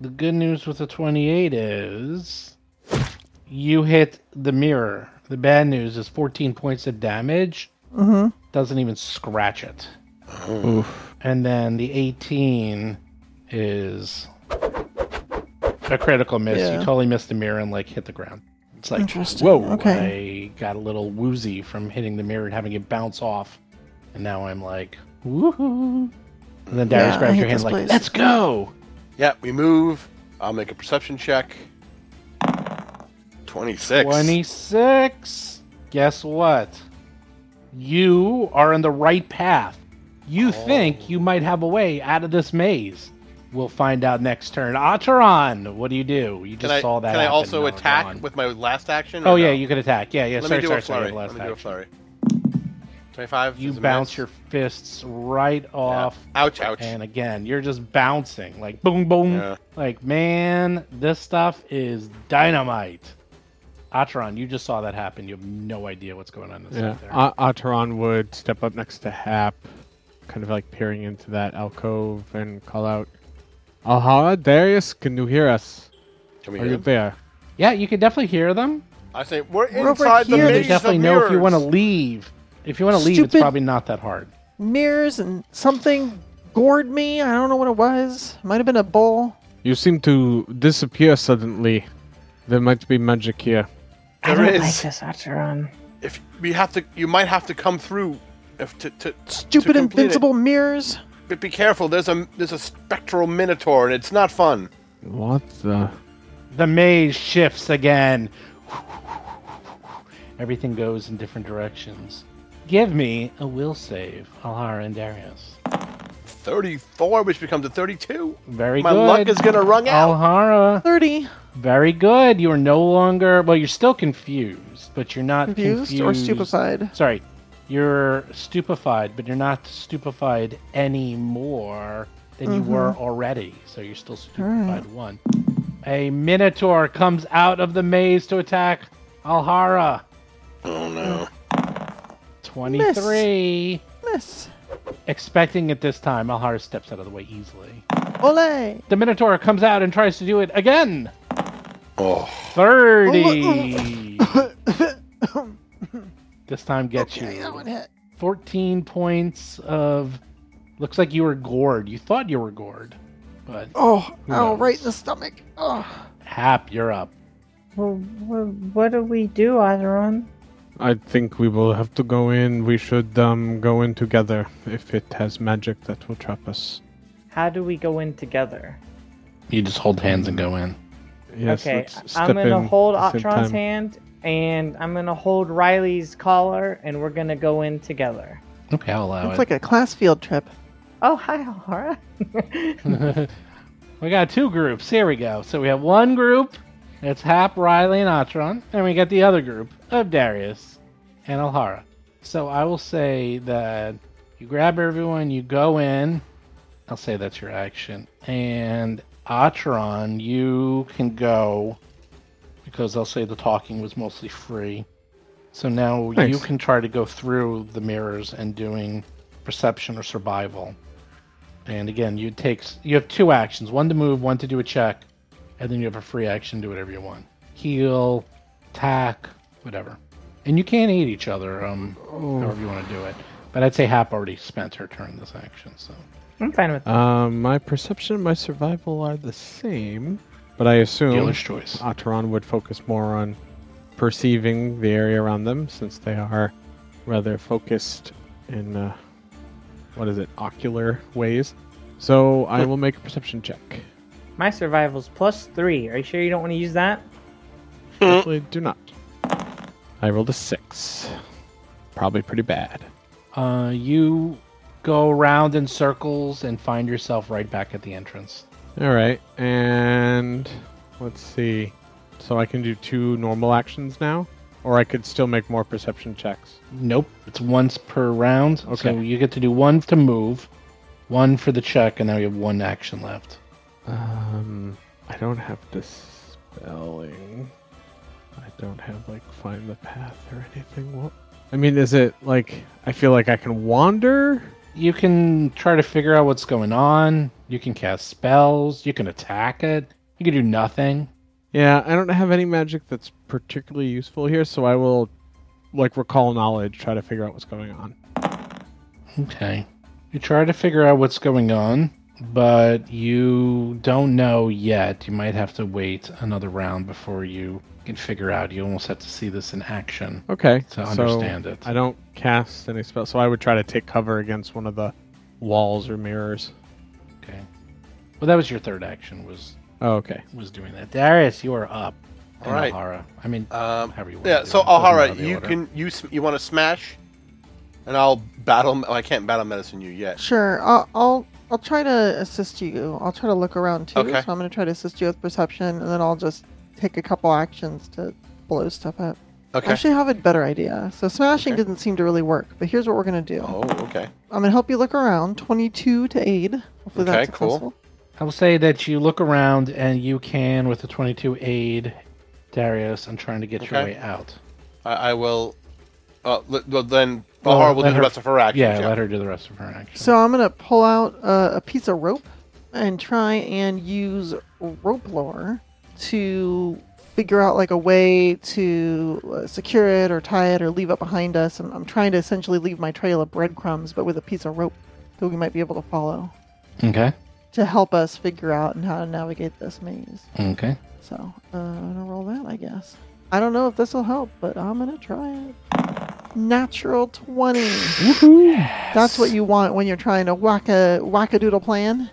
The good news with a 28 is you hit the mirror. The bad news is 14 points of damage. Mhm. Doesn't even scratch it. Oof. And then the 18 is a critical miss. You Yeah. totally missed the mirror and like hit the ground. It's like, Interesting. whoa. Okay. I got a little woozy from hitting the mirror and having it bounce off. And now I'm like, woohoo. And then Darius Yeah, I grabs hate your hand this like, place. let's go. Yeah, we move. I'll make a perception check. 26. 26. Guess what? You are on the right path. You think you might have a way out of this maze. We'll find out next turn. Ataran, what do you do? You Can just I, saw that. can I happen. also No, attack John. with my last action? or Oh yeah, no? you can attack. Yeah, yeah. Let sorry, me do sorry, a flurry. sorry. Let me do a flurry. 25. You is a bounce miss. your fists right Yeah. off. Ouch, ouch. And again, you're just bouncing like boom, boom. Yeah. Like, man, this stuff is dynamite. Atron, you just saw that happen. You have no idea what's going on inside Yeah. there. A- Ataran would step up next to Hap, kind of like peering into that alcove and call out, Alhara, Darius, can you hear us? Can we Are hear you him? there? yeah, you can definitely hear them. I say, we're We're over inside the here. maze They They definitely know if you want to to. leave. If you want to leave, it's Stupid- probably not that hard. Mirrors and something gored me. I don't know what it was. Might have been a bull. You seem to disappear suddenly. There might be magic here. I There don't is. like this Acheron. If we have to, you might have to come through. If to, to Stupid to complete it. invincible mirrors. But be careful. There's a there's a spectral minotaur, and it's not fun. What the? The maze shifts again. Everything goes in different directions. Give me a will save, Alhara and Darius. Thirty-four, which becomes a thirty-two. Very My good. luck is gonna run out. Alhara, Thirty. very good. You are no longer, well, you're still confused, but you're not Confused, confused. or stupefied. Sorry, you're stupefied, but you're not stupefied anymore than you were Mm-hmm. already. So you're still stupefied one. A minotaur comes out of the maze to attack Alhara. Oh no! 23. Miss. Expecting it this time, Alhara steps out of the way easily. Ole. The Minotaur comes out and tries to do it again. (clears throat) Oh, 30. (coughs) this time gets Oh, Okay, that one you. hit. 14 points of. Looks like you were gored. You thought you were gored. But Oh, Who ow, right knows? in the stomach. Oh. Hap, you're up. Well, wh- what do we do, Acheron? I think we will have to go in. We should um, go in together. If it has magic, that will trap us. How do we go in together? You just hold hands and go in. Yes, okay, let's I'm step gonna in hold at the same Atron's time. hand and I'm gonna hold Riley's collar and we're gonna go in together. Okay, I'll allow It's it. like a class field trip. Oh hi, Alhara. we got two groups. Here we go. So we have one group. It's Hap, Riley, and Atron. And we got the other group of Darius and Alhara. So I will say that you grab everyone, you go in. I'll say that's your action. And Atron, you can go because I'll say the talking was mostly free. So now you Thanks. can try to go through the mirrors and doing perception or survival. And again, you take you have two actions: one to move, one to do a check, and then you have a free action to do whatever you want: heal, attack, whatever. And you can't eat each other, um, however you want to do it. But I'd say Hap already spent her turn this action, so I'm fine with that. Um, my perception and my survival are the same, but I assume dealer's choice. Ataran would focus more on perceiving the area around them since they are rather focused in, uh, what is it, ocular ways. So I will make a perception check. My survival's plus three. Are you sure you don't want to use that? Hmm. Actually, do not. I rolled a six. Probably pretty bad. Uh, you go around in circles and find yourself right back at the entrance. All right, and let's see. So I can do two normal actions now, or I could still make more perception checks. Nope, it's once per round. So Okay. you get to do one to move, one for the check, and now you have one action left. Um, I don't have the spelling. I don't have like find the path or anything. What? I mean, is it like I feel like I can wander? You can try to figure out what's going on. You can cast spells. You can attack it. You can do nothing. Yeah, I don't have any magic that's particularly useful here, so I will like recall knowledge, try to figure out what's going on. Okay. You try to figure out what's going on, but you don't know yet. You might have to wait another round before you can figure out. You almost have to see this in action. Okay. To understand it. I don't cast any spells, so I would try to take cover against one of the walls or mirrors. Okay. Well, that was your third action was Oh, okay. was doing that. Darius, you are up. All right. Alhara. I mean, Um, however you want yeah. to do So it. Doesn't matter Alhara, the you order. can you sm- you want to smash, and I'll battle. Oh, I can't battle medicine you yet. Sure. I'll, I'll I'll try to assist you. I'll try to look around too. Okay. So I'm gonna try to assist you with perception, and then I'll just take a couple actions to blow stuff up. Okay. Actually, I have a better idea. So smashing Okay. didn't seem to really work, but here's what we're gonna do. Oh, okay. I'm gonna help you look around. Twenty-two to aid. Hopefully that's Okay, cool. successful. I will say that you look around and you can, with the 22 aid, Darius, I'm trying to get your Okay. way out. I, I will. Uh, l- well, then Bahar will let do the her- rest of her actions. yeah, let her do the rest of her action. So I'm gonna pull out uh, a piece of rope and try and use rope lore to figure out like a way to uh, secure it or tie it or leave it behind us. I'm, I'm trying to essentially leave my trail of breadcrumbs, but with a piece of rope that we might be able to follow okay, to help us figure out and how to navigate this maze. okay. So uh, I'm gonna roll that, I guess. I don't know if this will help, but I'm gonna try it. Natural twenty. That's what you want when you're trying to whack a whack a doodle plan.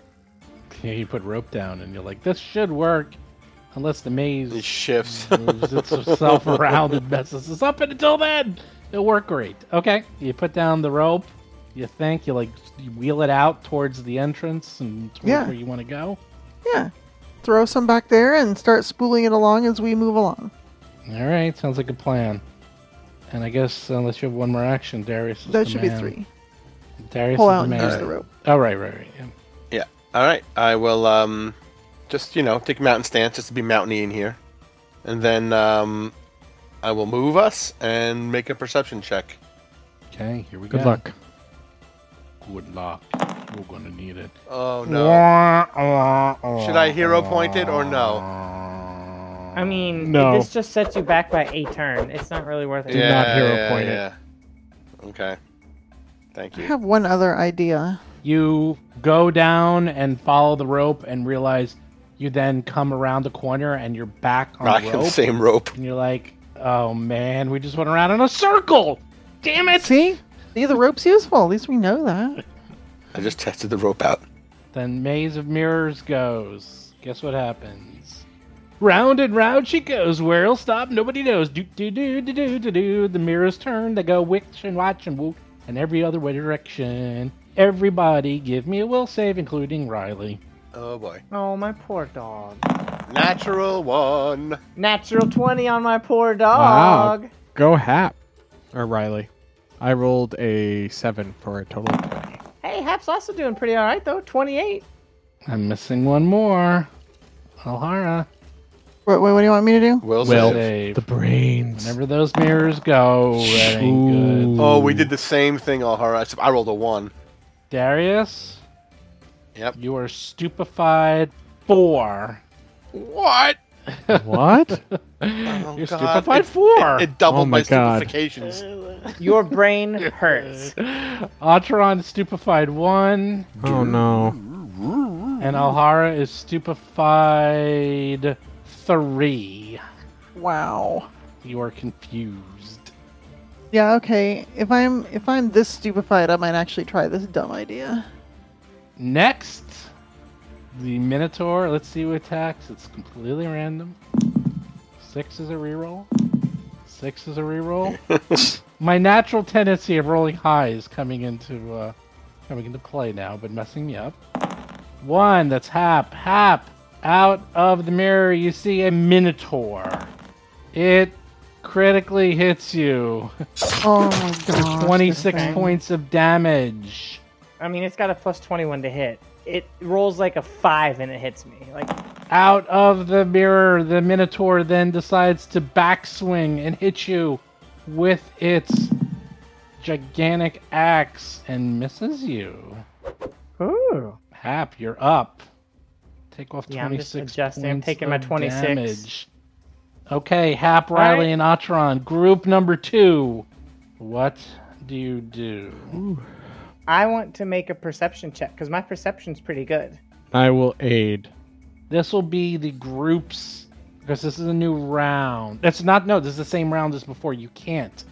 Yeah, you put rope down and you're like, this should work, unless the maze It shifts. (laughs) moves itself around and messes us up. And until then, it'll work great. Okay, you put down the rope. You think you like you wheel it out towards the entrance and towards Yeah. where you want to go. Yeah. Throw some back there and start spooling it along as we move along. All right, sounds like a plan. And I guess unless you have one more action, Darius. Is That the should be man. three. Darius Pull is out the and man. use the rope. Oh right, right, right. yeah. yeah. All right. I will um, just you know take mountain stance just to be mountainy in here, and then um, I will move us and make a perception check. Okay, here we Good go. luck. Good luck. We're gonna need it. Oh no! Should I hero point it or no? Oh, I mean, No. this just sets you back by a turn. It's not really worth it. not hero point it. it. Okay. Thank I you. have one other idea. You go down and follow the rope and realize you then come around the corner and you're back on Rocking the the rope. same rope. And you're like, oh man, we just went around in a circle. Damn it. See? See, the rope's useful. At least we know that. I just tested the rope out. Then Maze of Mirrors goes. Guess what happens? Round and round she goes. Where'll stop? Nobody knows. Do do do do do do do. The mirrors turn. They go witch and watch and whoop and every other way direction. Everybody, give me a will save, including Riley. Oh boy. Oh, my poor dog. Natural one. Natural 20 on my poor dog. Go Hap or Riley. I rolled a seven for a total of twenty. Hey, Hap's also doing pretty all right, though. 28. I'm missing one more. Alhara. Wait, wait, what do you want me to do? Will, Will. save. Save. The brains. Whenever those mirrors go, that ain't good. Ooh. Oh, we did the same thing, Alhara. Except I rolled a one. Darius, Yep. you are stupefied. Four. What? (laughs) What? Oh, You're God. stupefied It- four. It doubled Oh, my, my God. stupefacients. Your (laughs) brain hurts. Otteron is stupefied one, oh no. and Alhara is stupefied three. Wow. You are confused. Yeah, okay. If I'm if I'm this stupefied, I might actually try this dumb idea. Next, the Minotaur. Let's see who attacks. It's completely random. Six is a reroll. Six is a reroll. My natural tendency of rolling high is coming into uh, coming into play now, but messing me up. One. That's Hap. Hap. Out of the mirror, you see a Minotaur. It critically hits you Oh my god. for 26 points of damage. I mean, it's got a plus 21 to hit. It rolls like a 5 and it hits me. Like, out of the mirror, the Minotaur then decides to backswing and hit you with its gigantic axe and misses you. ooh. Hap, you're up. Take off 26 Yeah, I'm just adjusting. I'm points taking my of 26. damage. Okay, Hap, Riley, right. and Atron, group number two. What do you do? I want to make a perception check because my perception's pretty good. I will aid. This will be the groups because this is a new round. That's not no. This is the same round as before. You can't.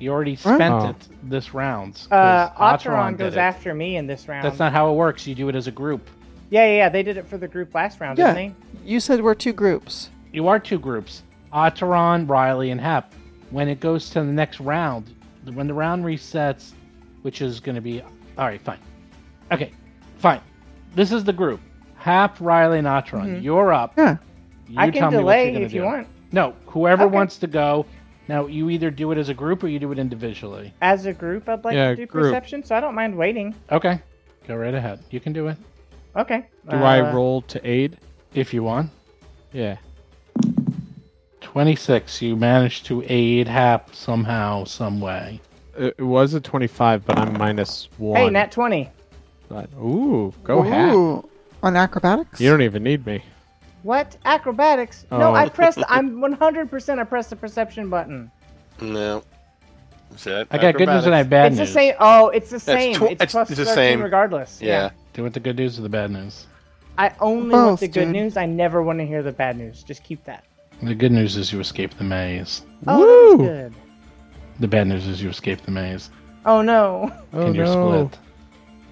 You already spent Oh. it this round. 'cause Uh, Otteron Otteron did goes it. after me in this round. That's not how it works. You do it as a group. Yeah, yeah, yeah. They did it for the group last round, Yeah. didn't You said we're two groups. You are two groups: Otteron, Riley, and Hep. When it goes to the next round, when the round resets, which is going to be all right, fine. Okay, fine. This is the group: Hap, Riley, and Otteron. You're up. Yeah. You they? Mm-hmm. I tell can me what you're delay gonna if you do. want. No, whoever Okay. wants to go, Now, you either do it as a group or you do it individually. As a group, I'd like Yeah, to do group. perception, so I don't mind waiting. Okay. Go right ahead. You can do it Okay. Uh, Do I roll to aid? if you want. Yeah. 26. You managed to aid Hap somehow, some way. It it was a 25, but I'm minus one. Hey, nat 20. But- ooh, go ahead. Ooh, on acrobatics. You don't even need me. What? Acrobatics? No, Oh. I pressed, I'm 100% I pressed the perception button. No. Is that I got good news and I have acrobatics? bad it's news. the same. Oh, it's the same. tw- it's, it's- plus it's the 13 same. regardless. Yeah. Do with the good news or the bad news. I only want Both, the good dude. news. I never want to hear the bad news. Just keep that. The good news is you escape the maze. Oh, that Woo! was good. The bad news is you escape the maze. Oh no. (laughs) Oh and you're no. split.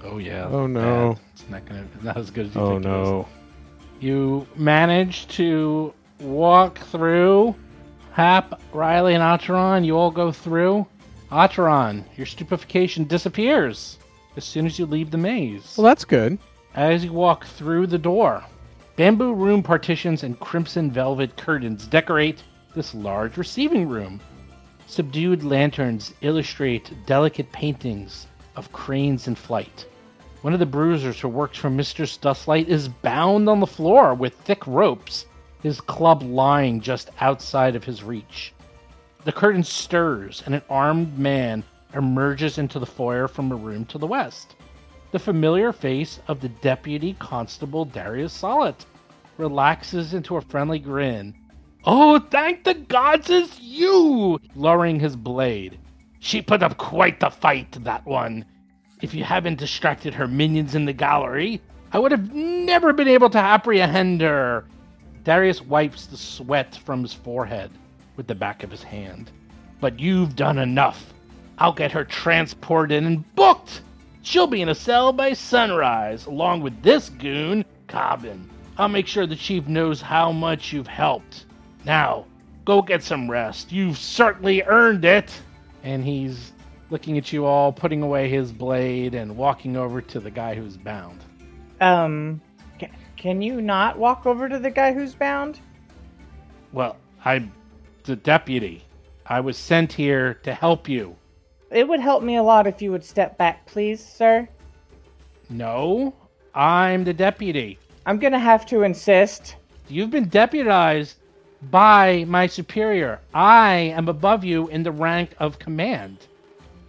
Oh yeah. Oh, that's no. bad. It's not gonna. It's not as good as you Oh think it is. no. You manage to walk through. Hap, Riley, and Acheron, you all go through. Acheron, your stupefaction disappears as soon as you leave the maze. Well, that's good. As you walk through the door, bamboo room partitions and crimson velvet curtains decorate this large receiving room. Subdued lanterns illustrate delicate paintings of cranes in flight. One of the bruisers who works for Mistress Dustlight is bound on the floor with thick ropes, his club lying just outside of his reach. The curtain stirs, and an armed man emerges into the foyer from a room to the west the familiar face of the deputy constable Darius Sollet relaxes into a friendly grin. Oh, thank the gods it's you! Lowering his blade. She put up quite the fight, that one. If you haven't distracted her minions in the gallery, I would have never been able to apprehend her. Darius wipes the sweat from his forehead with the back of his hand. But you've done enough. I'll get her transported and booked. She'll be in a cell by sunrise, along with this goon, Cobbin. I'll make sure the chief knows how much you've helped. Now, go get some rest. You've certainly earned it. And he's looking at you all, putting away his blade and walking over to the guy who's bound. Um, can, can you not walk over to the guy who's bound? Well, I'm the deputy. I was sent here to help you. It would help me a lot if you would step back, please, sir. No, I'm the deputy. I'm gonna have to insist. You've been deputized by my superior. I am above you in the rank of command.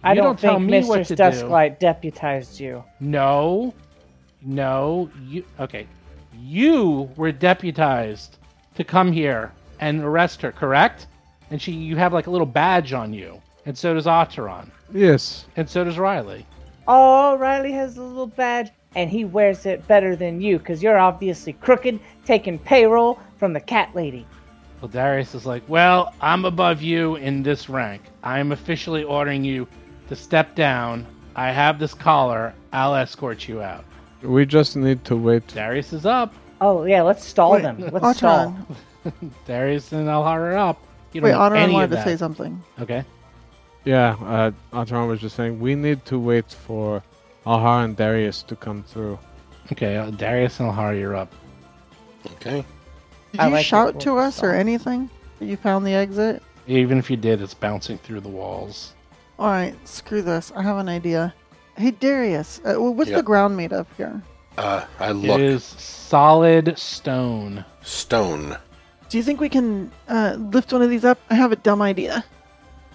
I You don't, don't tell think me what to Mistress do. Dusklight deputized you. No, no, you. Okay. You were deputized to come here and arrest her, correct? And she, you have like a little badge on you. And so does Otteron. Yes. And so does Riley. Oh, Riley has a little badge, and he wears it better than you, because you're obviously crooked, taking payroll from the cat lady. Well, Darius is like, Well, I'm above you in this rank. I'm officially ordering you to step down. I have this collar. I'll escort you out. We just need to wait. Darius is up. Oh yeah, let's stall Wait, them. Let's stall. Autron. Darius and Alhara are up. You don't Wait, know Autron any of wanted to that. say something. Okay. Yeah, uh, Atron was just saying we need to wait for Ahar and Darius to come through. Okay, uh, Darius and Alhara, you're up. Okay. Did I you like it shout when to we us or saw. anything? that You found the exit? Even if you did, it's bouncing through the walls. All right, screw this. I have an idea. Hey, Darius, uh, well, what's Yeah. the ground made of here? Uh, I It look. is solid stone. Stone. Do you think we can uh, lift one of these up? I have a dumb idea.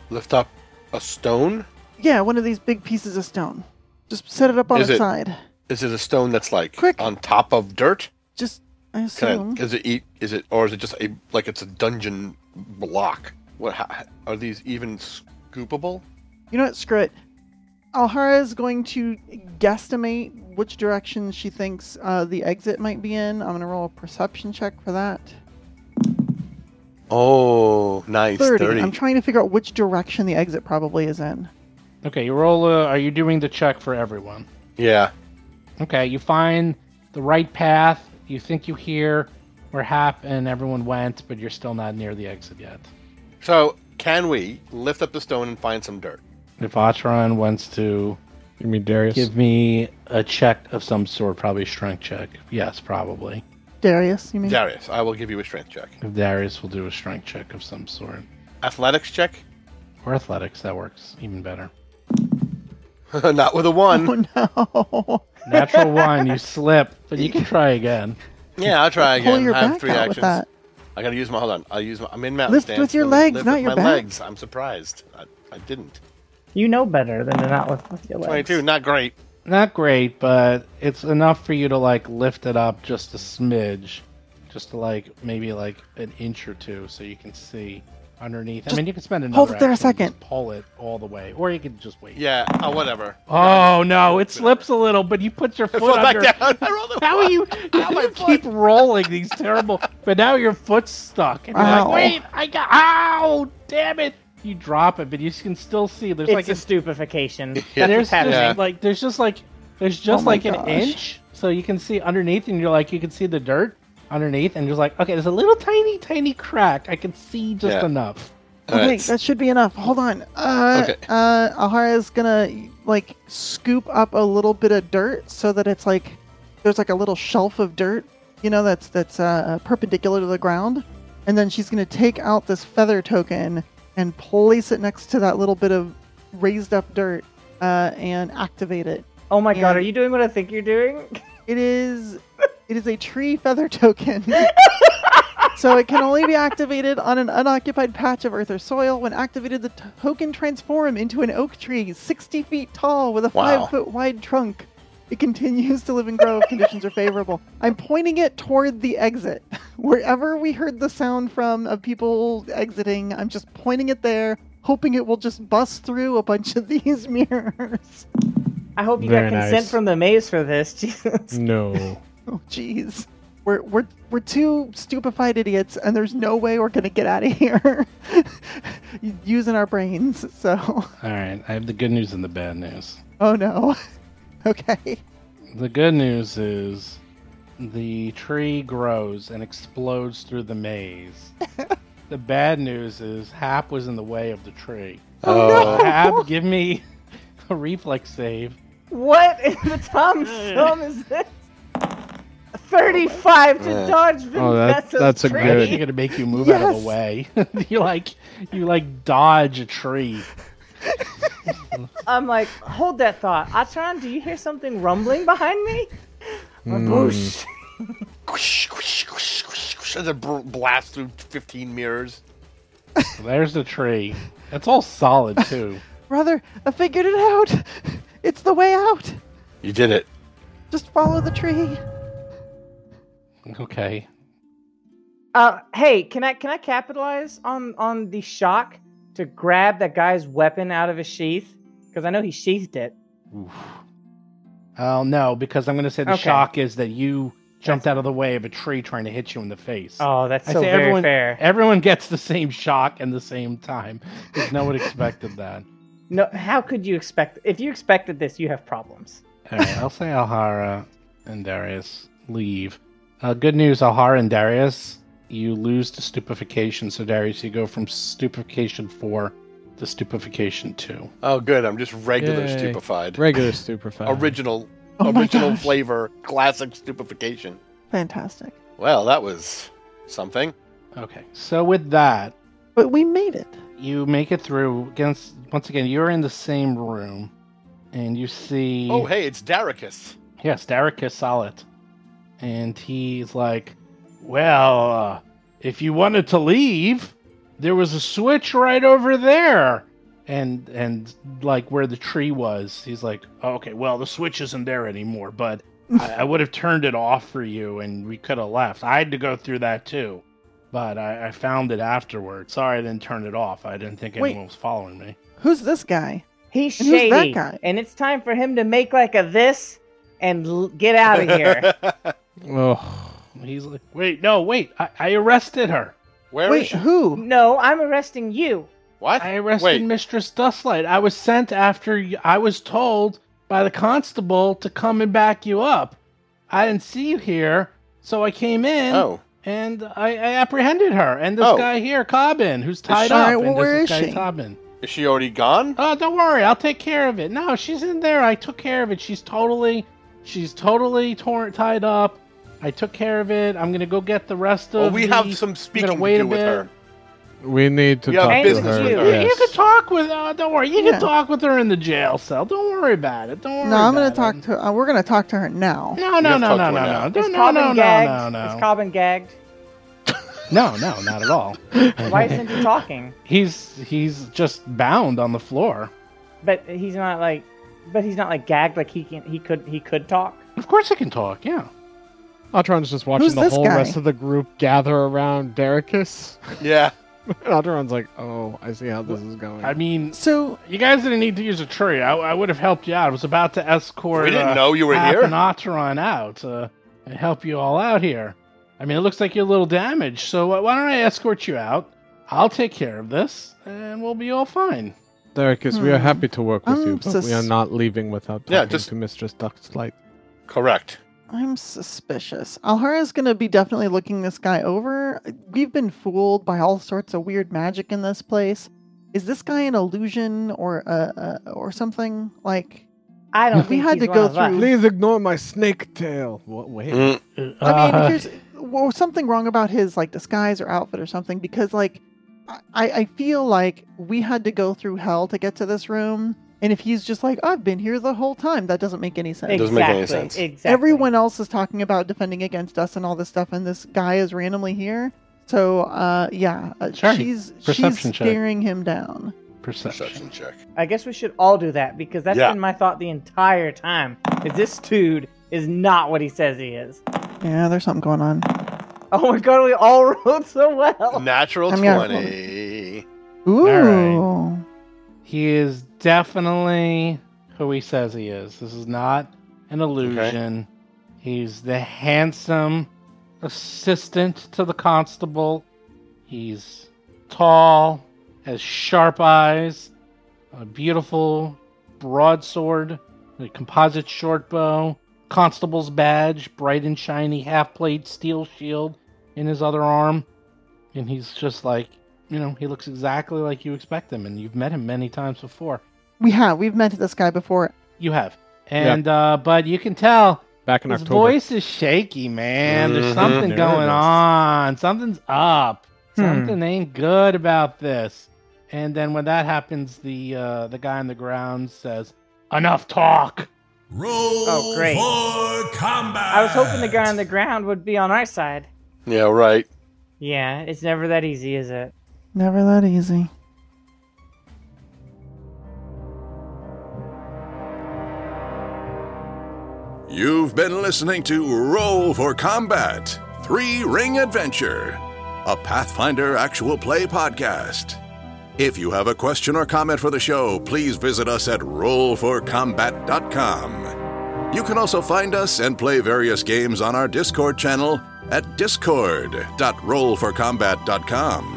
Lift up a stone? Yeah, one of these big pieces of stone. Just set it up on Is its it- side. Is it a stone that's like Quick. on top of dirt? Just, I assume. Can I, is it e- is it or is it just a like it's a dungeon block? What how, are these even scoopable? You know what? Screw it. Alhara is going to guesstimate which direction she thinks uh, the exit might be in. I'm going to roll a perception check for that. Oh, nice 30. 30. I'm trying to figure out which direction the exit probably is in. Okay, you roll. A, are you doing the check for everyone? yeah. Okay, you find the right path. You think you hear where Hap and everyone went, but you're still not near the exit yet. So, can we lift up the stone and find some dirt? Mm-hmm. If Atron wants to You mean Darius? give me a check of some sort, probably a strength check. Yes, probably. Darius, you mean? Darius, I will give you a strength check. If Darius will do a strength check of some sort. Athletics check? (laughs) Or athletics, that works even better. Not with (laughs) a one. (laughs) Oh no! Natural one, (laughs) you slip, but you can try again. Yeah, I'll try again. Pull your I have back three out actions. with that. I gotta use my. Hold on. I'll use my. I'm in mountain Lift stance. with your Let me legs, lift not with your my back. legs. I'm surprised. I, I didn't. You know better than to not lift with your legs. 22. Not great. Not great, but it's enough for you to like lift it up just a smidge, just to like maybe like an inch or two, so you can see underneath. I Just mean, you can spend another. hold it there a action and just second. Pull it all the way, or you could just wait. Yeah. Oh, whatever. Oh no, it slips a little, but you put your I foot, fall back under. down. I rolled a How one. are you? How do (laughs) my you keep rolling these terrible? But now your foot's stuck, and you're Ow. like, "Wait, I got! Ow, damn it!" You drop it, but you can still see. There's It's like a a stupefaction. Yeah. That's there's what's happening. Yeah. just, like there's just like there's just Oh my like an gosh. inch, so you can see underneath, and you're like you can see the dirt underneath, and you're like, okay, there's a little tiny tiny crack. I can see just Yeah. enough. All okay, right. that should be enough. Hold on. Uh, Okay. uh, Ahara's gonna like scoop up a little bit of dirt so that it's like there's like a little shelf of dirt, you know, that's that's uh, perpendicular to the ground, and then she's gonna take out this feather token and place it next to that little bit of raised up dirt uh, and activate it. Oh my god, And- are you doing what I think you're doing? (laughs) It is it is a tree feather token. so it can only be activated on an unoccupied patch of earth or soil. When activated, the token transform into an oak tree, 60 feet tall with a Wow. five foot wide trunk. It continues to live and grow if conditions are favorable. I'm pointing it toward the exit. (laughs) Wherever we heard the sound from of people exiting, I'm just pointing it there, hoping it will just bust through a bunch of (laughs) these mirrors. I hope you Very got consent nice. from the maze for this. (laughs) (laughs) Jesus. No. Oh, jeez. We're, we're, we're two stupefied idiots, and there's no way we're going to get out of here (laughs) using our brains. So, (laughs) All right, I have the good news and the bad news. oh no. (laughs) Okay. The good news is the tree grows and explodes through the maze. the bad news is Hap was in the way of the tree. Oh, Hap, give me a reflex save. What in the (laughs) Tom film is this? 35 to Yeah. dodge Oh, that- Vanessa's that's a tree. I'm Good. actually gonna make you move out of Yes. the way. (laughs) you like you like dodge a tree. I'm like, hold that thought. Atran, do you hear something rumbling behind me? oh, Hmm. Boosh. Whoosh, whoosh, whoosh, whoosh, whoosh. There's a br- blast through 15 mirrors. There's the tree. That's all solid too. brother, I figured it out. (laughs) It's the way out. You did it. Just follow the tree. Okay. Uh, hey, can I can I capitalize on on the shock to grab that guy's weapon out of his sheath? Because I know he sheathed it. Oof. Oh no, because I'm gonna say the Okay. shock is that you jumped out of the way of a tree trying to hit you in the face. Oh, that's I so say very everyone- fair. Everyone gets the same shock and the same time. 'cause no one expected that. No, how could you expect? If you expected this, you have problems. All right, I'll say Alhara and Darius leave. Uh, good news, Alhara and Darius, you lose to stupefaction. So Darius, you go from stupefaction four to stupefaction two. Oh, good. I'm just regular Yay. stupefied. Regular stupefied. original, Oh my original gosh. flavor, classic stupefaction. Fantastic. Well, that was something. Okay, so with that, But we made it. you make it through. Against once again, you're in the same room, and you see. Oh, hey, it's Daricus. Yes, Derek is solid. And he's like, Well, uh, if you wanted to leave, there was a switch right over there. And, and like where the tree was, he's like, oh, Okay, well, the switch isn't there anymore, but I, I would have turned it off for you and we could have left. I had to go through that too, but I, I found it afterward. Sorry I didn't turn it off. I didn't think Wait. anyone was following me. Who's this guy? He's And who's that shady, guy? and it's time for him to make like a this and l- get out of (laughs) here. Oh. He's like, Wait, no, wait, I, I arrested her. (laughs) Where is Wait, she? who? no, I'm arresting you. What? I arrested Wait, Mistress Dustlight. I was sent after y- I was told by the constable to come and back you up. I didn't see you here, so I came in Oh, and I, I apprehended her. And this Oh. guy here, Cobbin, who's tied she- up. Alright, well, and where this is guy she? Cobbin. is she already gone? Oh, don't worry, I'll take care of it. No, she's in there. I took care of it. She's totally, she's totally torn, tied up. I took care of it. I'm gonna go get the rest of. Well, we have the- some I'm gonna speaking to wait a do with bit. her. We need to You have talk to business her. with You- You, her. yes. you can talk with. Uh, don't worry. You Yeah. can talk with her in the jail cell. Don't worry about it. Don't worry. No, I'm gonna about talk it. to. Uh, we're gonna talk to her now. No, You no, have no, no, no, talked to her no, now. no, Is no, Cobb no, no, been gagged? no, Is Cobb been gagged? no, no, not at (laughs) all. Why isn't he talking? He's he's just bound on the floor. But he's not like, but he's not like gagged. Like he can, he could, he could talk. Of course, he can talk. Yeah. Atron's just watching Who's the this whole guy? rest of the group gather around Derekus. (laughs) (laughs) Yeah. Atron's like, oh, I see how this is going. I mean, So you guys didn't need to use a tree. I, I would have helped you out. I was about to escort. We didn't uh, know you were Hap here. and Otteron out uh, and help you all out here. I mean, it looks like you're a little damaged, so wh- why don't I escort you out? I'll take care of this, and we'll be all fine. Derekus, we are Hmm. happy to work with I'm you, but we are sus- not leaving without talking Yeah, just- to Mistress Ducklight. Correct. I'm suspicious. Alhara's gonna be definitely looking this guy over. We've been fooled by all sorts of weird magic in this place. Is this guy an illusion or uh, uh, or something like? I don't. We think had he's to go one of us. through- Please ignore my snake tail. What? Wait. Mm, Uh, I mean, Uh-huh. here's well, something wrong about his like disguise or outfit or something because like I, I feel like we had to go through hell to get to this room, and if he's just like I've been here the whole time, that doesn't make any sense. Exactly. doesn't make any sense. Exactly. Everyone else is talking about defending against us and all this stuff, and this guy is randomly here. So uh, yeah, uh, Sure. she's Perception she's check. staring him down. perception. perception check. I guess we should all do that because that's Yeah. been my thought the entire time. Is this dude is not what he says he is? (laughs) Yeah, there's something going on. Oh my god, we all (laughs) rolled so well. Natural I'm gonna- 20. Ooh, right. He is definitely who he says he is. This is not an illusion. He's the handsome assistant to the constable. He's tall, has sharp eyes, a beautiful broadsword, a composite short bow, constable's badge, bright and shiny half plate steel shield in his other arm. And he's just like, you know, he looks exactly like you expect him, and you've met him many times before. we have we've met this guy before. You have. And uh but you can tell Back in his October. Mm-hmm. voice is shaky, man. There's Mhm. something There it going is. on. Something's up. Hmm. Something ain't good about this. And then when that happens, the uh the guy on the ground says, Enough talk. Roll Oh, great. for combat. I was hoping the guy on the ground would be on our side. Yeah, right. Yeah, it's never that easy, is it? Never that easy. You've been listening to Roll for Combat Three Ring Adventure, a Pathfinder actual play podcast. If you have a question or comment for the show, please visit us at rollforcombat.com. You can also find us and play various games on our Discord channel at discord.rollforcombat.com.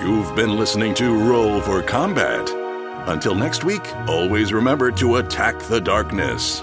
You've been listening to Roll for Combat. Until next week, always remember to attack the darkness.